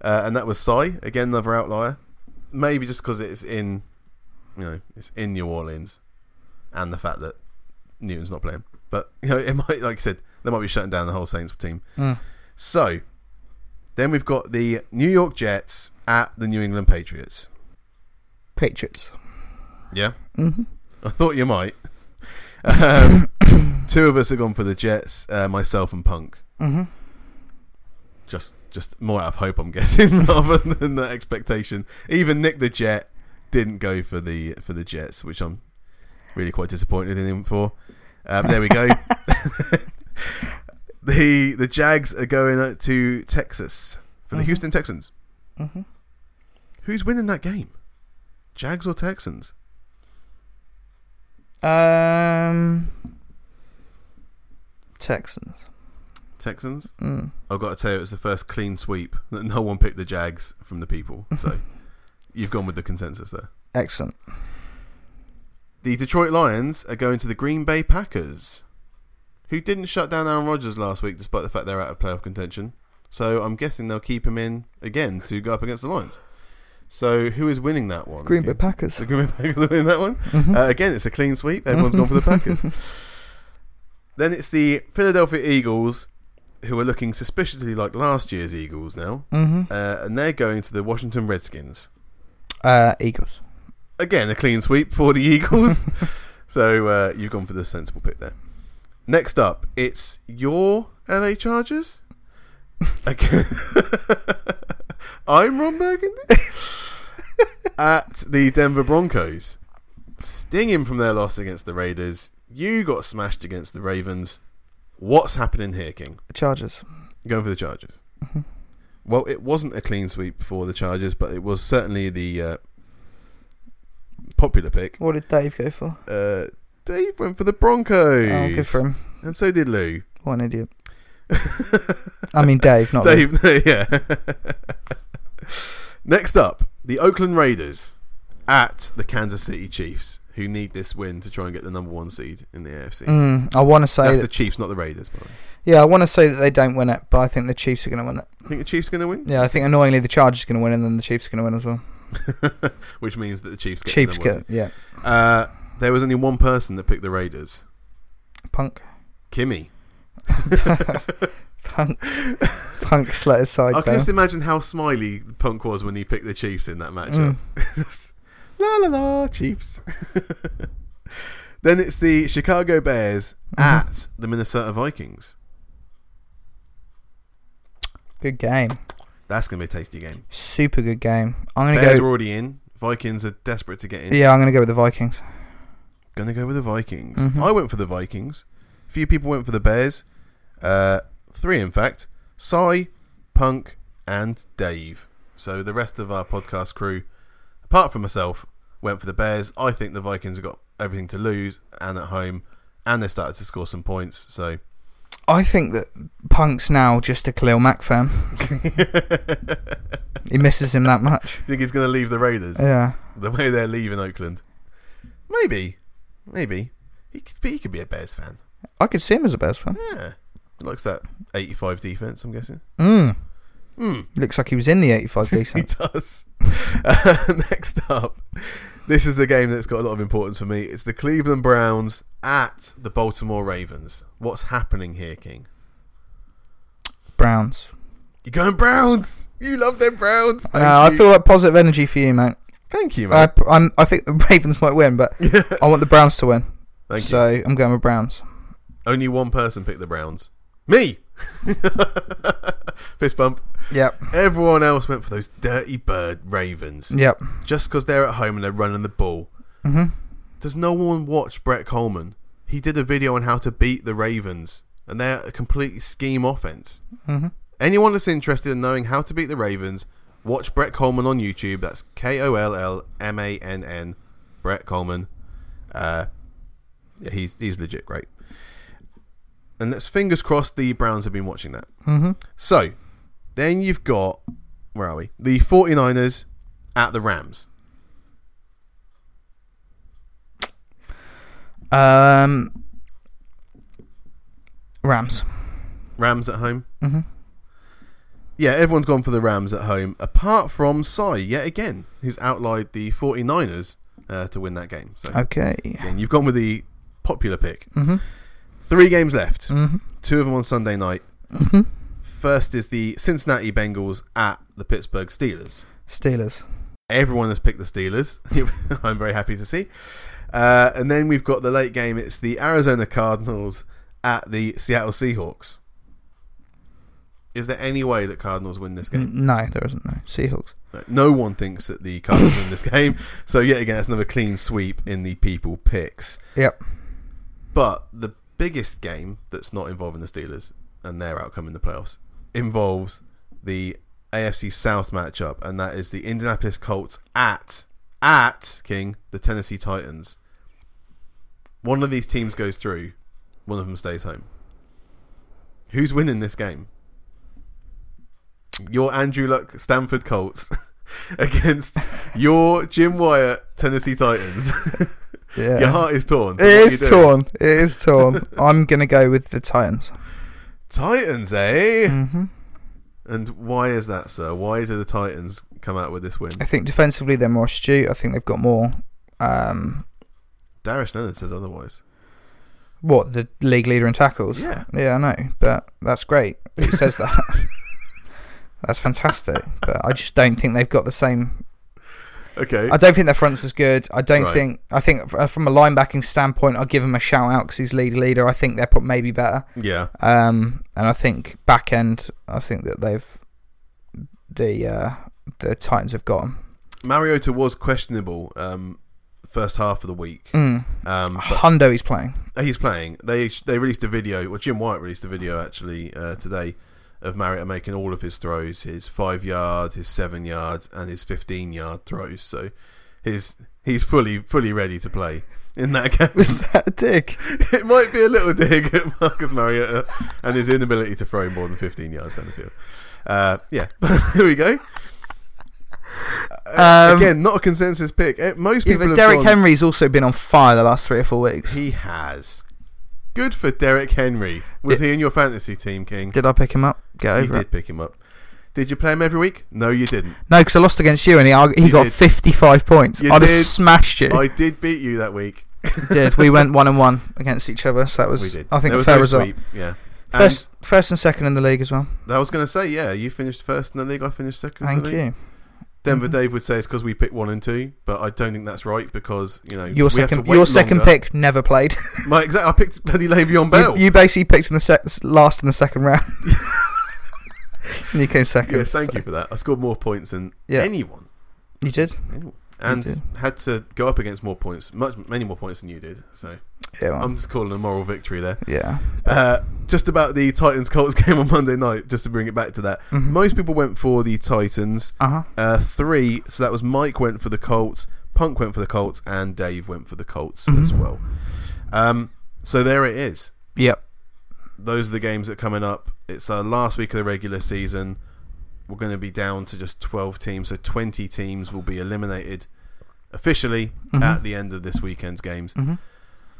uh, and that was Cy. Again, another outlier. Maybe just because it's in, you know, it's in New Orleans, and the fact that Newton's not playing. But you know, it might, like I said, they might be shutting down the whole Saints team.
Mm.
So then we've got the New York Jets at the New England Patriots.
Patriots.
Yeah,
Mm-hmm.
I thought you might. Um, two of us have gone for the Jets, uh, myself and Punk.
Mm-hmm.
just just more out of hope, I'm guessing, rather than the expectation. Even Nick the Jet didn't go for the for the Jets, which I'm really quite disappointed in him for. Um, there we go. the the Jags are going to Texas for the
Mhm.
Houston Texans.
Mm-hmm.
Who's winning that game? Jags or Texans?
Mm-hmm. Um, Texans.
Texans.
Mm.
I've got to tell you, it's the first clean sweep that no one picked the Jags from the people. So you've gone with the consensus there.
Excellent.
The Detroit Lions are going to the Green Bay Packers, who didn't shut down Aaron Rodgers last week despite the fact they're out of playoff contention. So I'm guessing they'll keep him in again to go up against the Lions. So who is winning that one?
Green Bay
Okay.
Packers.
The Green Bay Packers are winning that one.
Mhm.
Uh, again, it's a clean sweep. Everyone's gone for the Packers. Then it's the Philadelphia Eagles, who are looking suspiciously like last year's Eagles now,
mm-hmm.
uh, and they're going to the Washington Redskins.
Uh, Eagles.
Again, a clean sweep for the Eagles. So uh, you've gone for the sensible pick there. Next up, it's your LA Chargers. Okay. I'm Ron Burgundy. At the Denver Broncos. Stinging from their loss against the Raiders. You got smashed against the Ravens. What's happening here, King?
Chargers.
Going for the Chargers.
Mm-hmm.
Well, it wasn't a clean sweep for the Chargers, but it was certainly the uh, popular pick.
What did Dave go for?
Uh, Dave went for the Broncos.
Oh, good for him.
And so did Lou.
What an idiot. I mean, Dave, not Lou.
Dave, yeah. Next up, the Oakland Raiders at the Kansas City Chiefs, who need this win to try and get the number one seed in the AFC.
Mm, I want to say,
That's
that,
the Chiefs, not the Raiders. By the way.
yeah, I want to say that they don't win it, but I think the Chiefs are going to win it.
Think the Chiefs going to win?
Yeah, I think annoyingly the Chargers are going to win, and then the Chiefs are going to win as well.
Which means that the Chiefs get
Chiefs
the number
get yeah,
one seed. Uh, there was only one person that picked the Raiders.
punk,
Kimmy.
punk, punk slit his side
I can
down.
just imagine how smiley Punk was when he picked the Chiefs in that matchup. la la la, Chiefs. then it's the Chicago Bears at the Minnesota Vikings.
Good game,
That's going to be a tasty game.
super good game. I'm going
Bears
to
are already in. Vikings are desperate to get in.
go. Yeah, I'm going to go with the Vikings.
Going to go with the Vikings.
Mhm.
I went for the Vikings. Few people went for the Bears. Uh, three, in fact. Cy, Punk, and Dave. So the rest of our podcast crew, apart from myself, went for the Bears. I think the Vikings have got everything to lose and at home, and they started to score some points. So
I think that Punk's now just a Khalil Mack fan. he misses him that much.
I think he's going to leave the Raiders.
Yeah.
the way they're leaving Oakland. Maybe, maybe he could, be, he could be a Bears fan.
I could see him as a Bears fan.
Yeah, he likes that eighty-five defense. I'm guessing.
Mm.
Hmm,
Looks like he was in the 85
he
decent.
does. Uh, next up, this is the game that's got a lot of importance for me. It's the Cleveland Browns at the Baltimore Ravens. What's happening here, King?
Browns.
You're going Browns. You love them Browns. Thank
No, I
you.
feel like positive energy for you, mate.
Thank you,
I,
man.
I'm, I think the Ravens might win, but I want the Browns to win.
Thank you.
so I'm going with Browns.
Only one person picked the Browns. Me. Fist bump.
Yep.
Everyone else went for those dirty bird Ravens
Yep.
just because they're at home and they're running the ball.
hmm
Does no one watch Brett Coleman? He did a video on how to beat the Ravens, and they're a completely scheme offense.
hmm
Anyone that's interested in knowing how to beat the Ravens, watch Brett Coleman on YouTube. That's K O L L M A N N, Brett Coleman. Uh, yeah, he's he's legit great. And let's fingers crossed the Browns have been watching that.
hmm
So, then you've got, where are we? The 49ers at the Rams.
Um, Rams.
Rams at home.
hmm
Yeah, everyone's gone for the Rams at home, apart from Sai, yet again, who's outlined the 49ers uh, to win that game. So,
Okay.
again, you've gone with the popular pick.
hmm
Three games left,
hmm
two of them on Sunday night.
hmm
First is the Cincinnati Bengals at the Pittsburgh Steelers.
Steelers.
Everyone has picked the Steelers. I'm very happy to see. Uh, and then we've got the late game. It's the Arizona Cardinals at the Seattle Seahawks. Is there any way that Cardinals win this game?
N- No, there isn't. No. Seahawks.
No- No one thinks that the Cardinals win this game. So yet again, that's another clean sweep in the people picks.
Yep.
But the biggest game that's not involving the Steelers and their outcome in the playoffs involves the AFC South matchup, and that is the Indianapolis Colts at at King the Tennessee Titans. One of these teams goes through, one of them stays home. Who's winning this game? Your Andrew Luck Stanford Colts against your Jim Wyatt Tennessee Titans.
Yeah.
Your heart is torn. so
It
what are you
is
doing?
torn. It is torn. I'm gonna go with the Titans.
Titans, eh?
hmm
And why is that, sir? Why do the Titans come out with this win?
I think defensively they're more astute. I think they've got more. Um,
Darius Leonard says otherwise.
what the league leader in tackles?
Yeah.
Yeah, I know, but that's great. It says that. that's fantastic, but I just don't think they've got the same
Okay.
I don't think their front's as good. I don't
Right.
think. I think f- uh, from a linebacking standpoint, I'll give him a shout out because he's league leader. I think they're pro- maybe better.
yeah.
Um, and I think back end, I think that they've the uh, the Titans have got him.
Mariota was questionable um, first half of the week.
Mm.
Um, but
Hundo he's playing.
he's playing. They they released a video. Well, Jim White released a video actually uh, today of Mariota making all of his throws: his five yard, his seven yard, and his fifteen yard throws. So his he's fully fully ready to play in that game.
Was that a dig?
it might be a little dig at Marcus Mariota and his inability to throw more than fifteen yards down the field. Uh, yeah, here we go. Uh,
Um,
Again, not a consensus pick. Eh, Most
yeah,
people.
but
have
Derek
gone-
Henry's also been on fire the last three or four weeks.
He has. Good for Derek Henry. Was he in your fantasy team, King?
Did I pick him up? Get
You
over it.
did pick him up. Did you play him every week? No, you didn't.
No, because I lost against you and he, arg- he
You
got
did.
55 points.
You
I'd have
did.
smashed you.
I did beat you that week.
did. We went one and one against each other, so that was
We did.
I think
There
a
was
fair
no
result.
sweep, Yeah. And
First, first and second in the league as well.
I was going to say, yeah, you finished first in the league. I finished second. in
Thank
the league.
you.
Denver
Mhm.
Dave would say it's because we picked one and two, but I don't think that's right because you know
Your
we have
second,
to wait
your second
longer.
pick never played.
My exact. I picked bloody Le'Veon
you,
Bell.
you basically picked in the sec- last in the second round, and you came second.
yes, thank you for that. I scored more points than
Yeah.
anyone.
You did.
anyone. And
did.
had to go up against more points, much many more points than you did. So
Yeah. well,
I'm just calling a moral victory there.
yeah.
Uh, just about the Titans Colts game on Monday night, just to bring it back to that. Most people went for the Titans.
Uh huh.
Uh, three, so that was Mike went for the Colts, Punk went for the Colts, and Dave went for the Colts as well. Um, so there it is.
Yep.
Those are the games that are coming up. It's our last week of the regular season. We're going to be down to just 12 teams, so 20 teams will be eliminated officially at the end of this weekend's games.
Mm-hmm.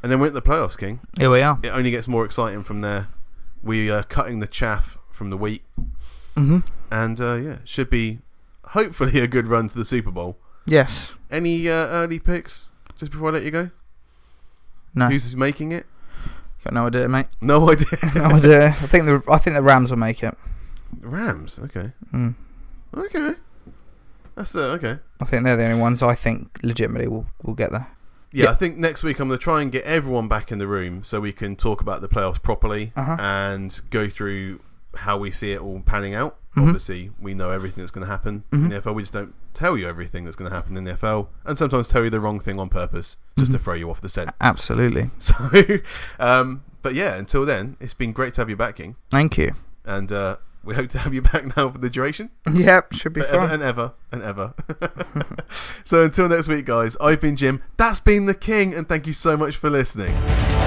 And then we're at the playoffs, King
Here we are.
it only gets more exciting from there. We are cutting the chaff from the wheat,
Mm-hmm.
and uh, yeah, should be hopefully a good run to the Super Bowl.
Yes.
Any uh, early picks just before I let you go?
No.
Who's making it?
Got no idea, mate.
No idea.
No idea. I think the I think the Rams will make it.
Rams. Okay.
Mm.
Okay. That's uh, okay.
I think they're the only ones I think legitimately will will get there.
Yeah,
Yeah.
I think next week I'm going to try and get everyone back in the room so we can talk about the playoffs properly
Uh-huh.
and go through how we see it all panning out.
Mhm.
Obviously, we know everything that's going to happen
Mm-hmm.
in the NFL. We just don't tell you everything that's going to happen in the NFL and sometimes tell you the wrong thing on purpose just
Mm-hmm.
to throw you off the scent.
Absolutely.
So, um, but yeah, until then, it's been great to have you back, King.
Thank you.
And uh, we hope to have you back now for the duration.
Yep. Should be
Ever
fun.
and ever and ever. so until next week, guys, I've been Jim. That's been the King, and thank you so much for listening.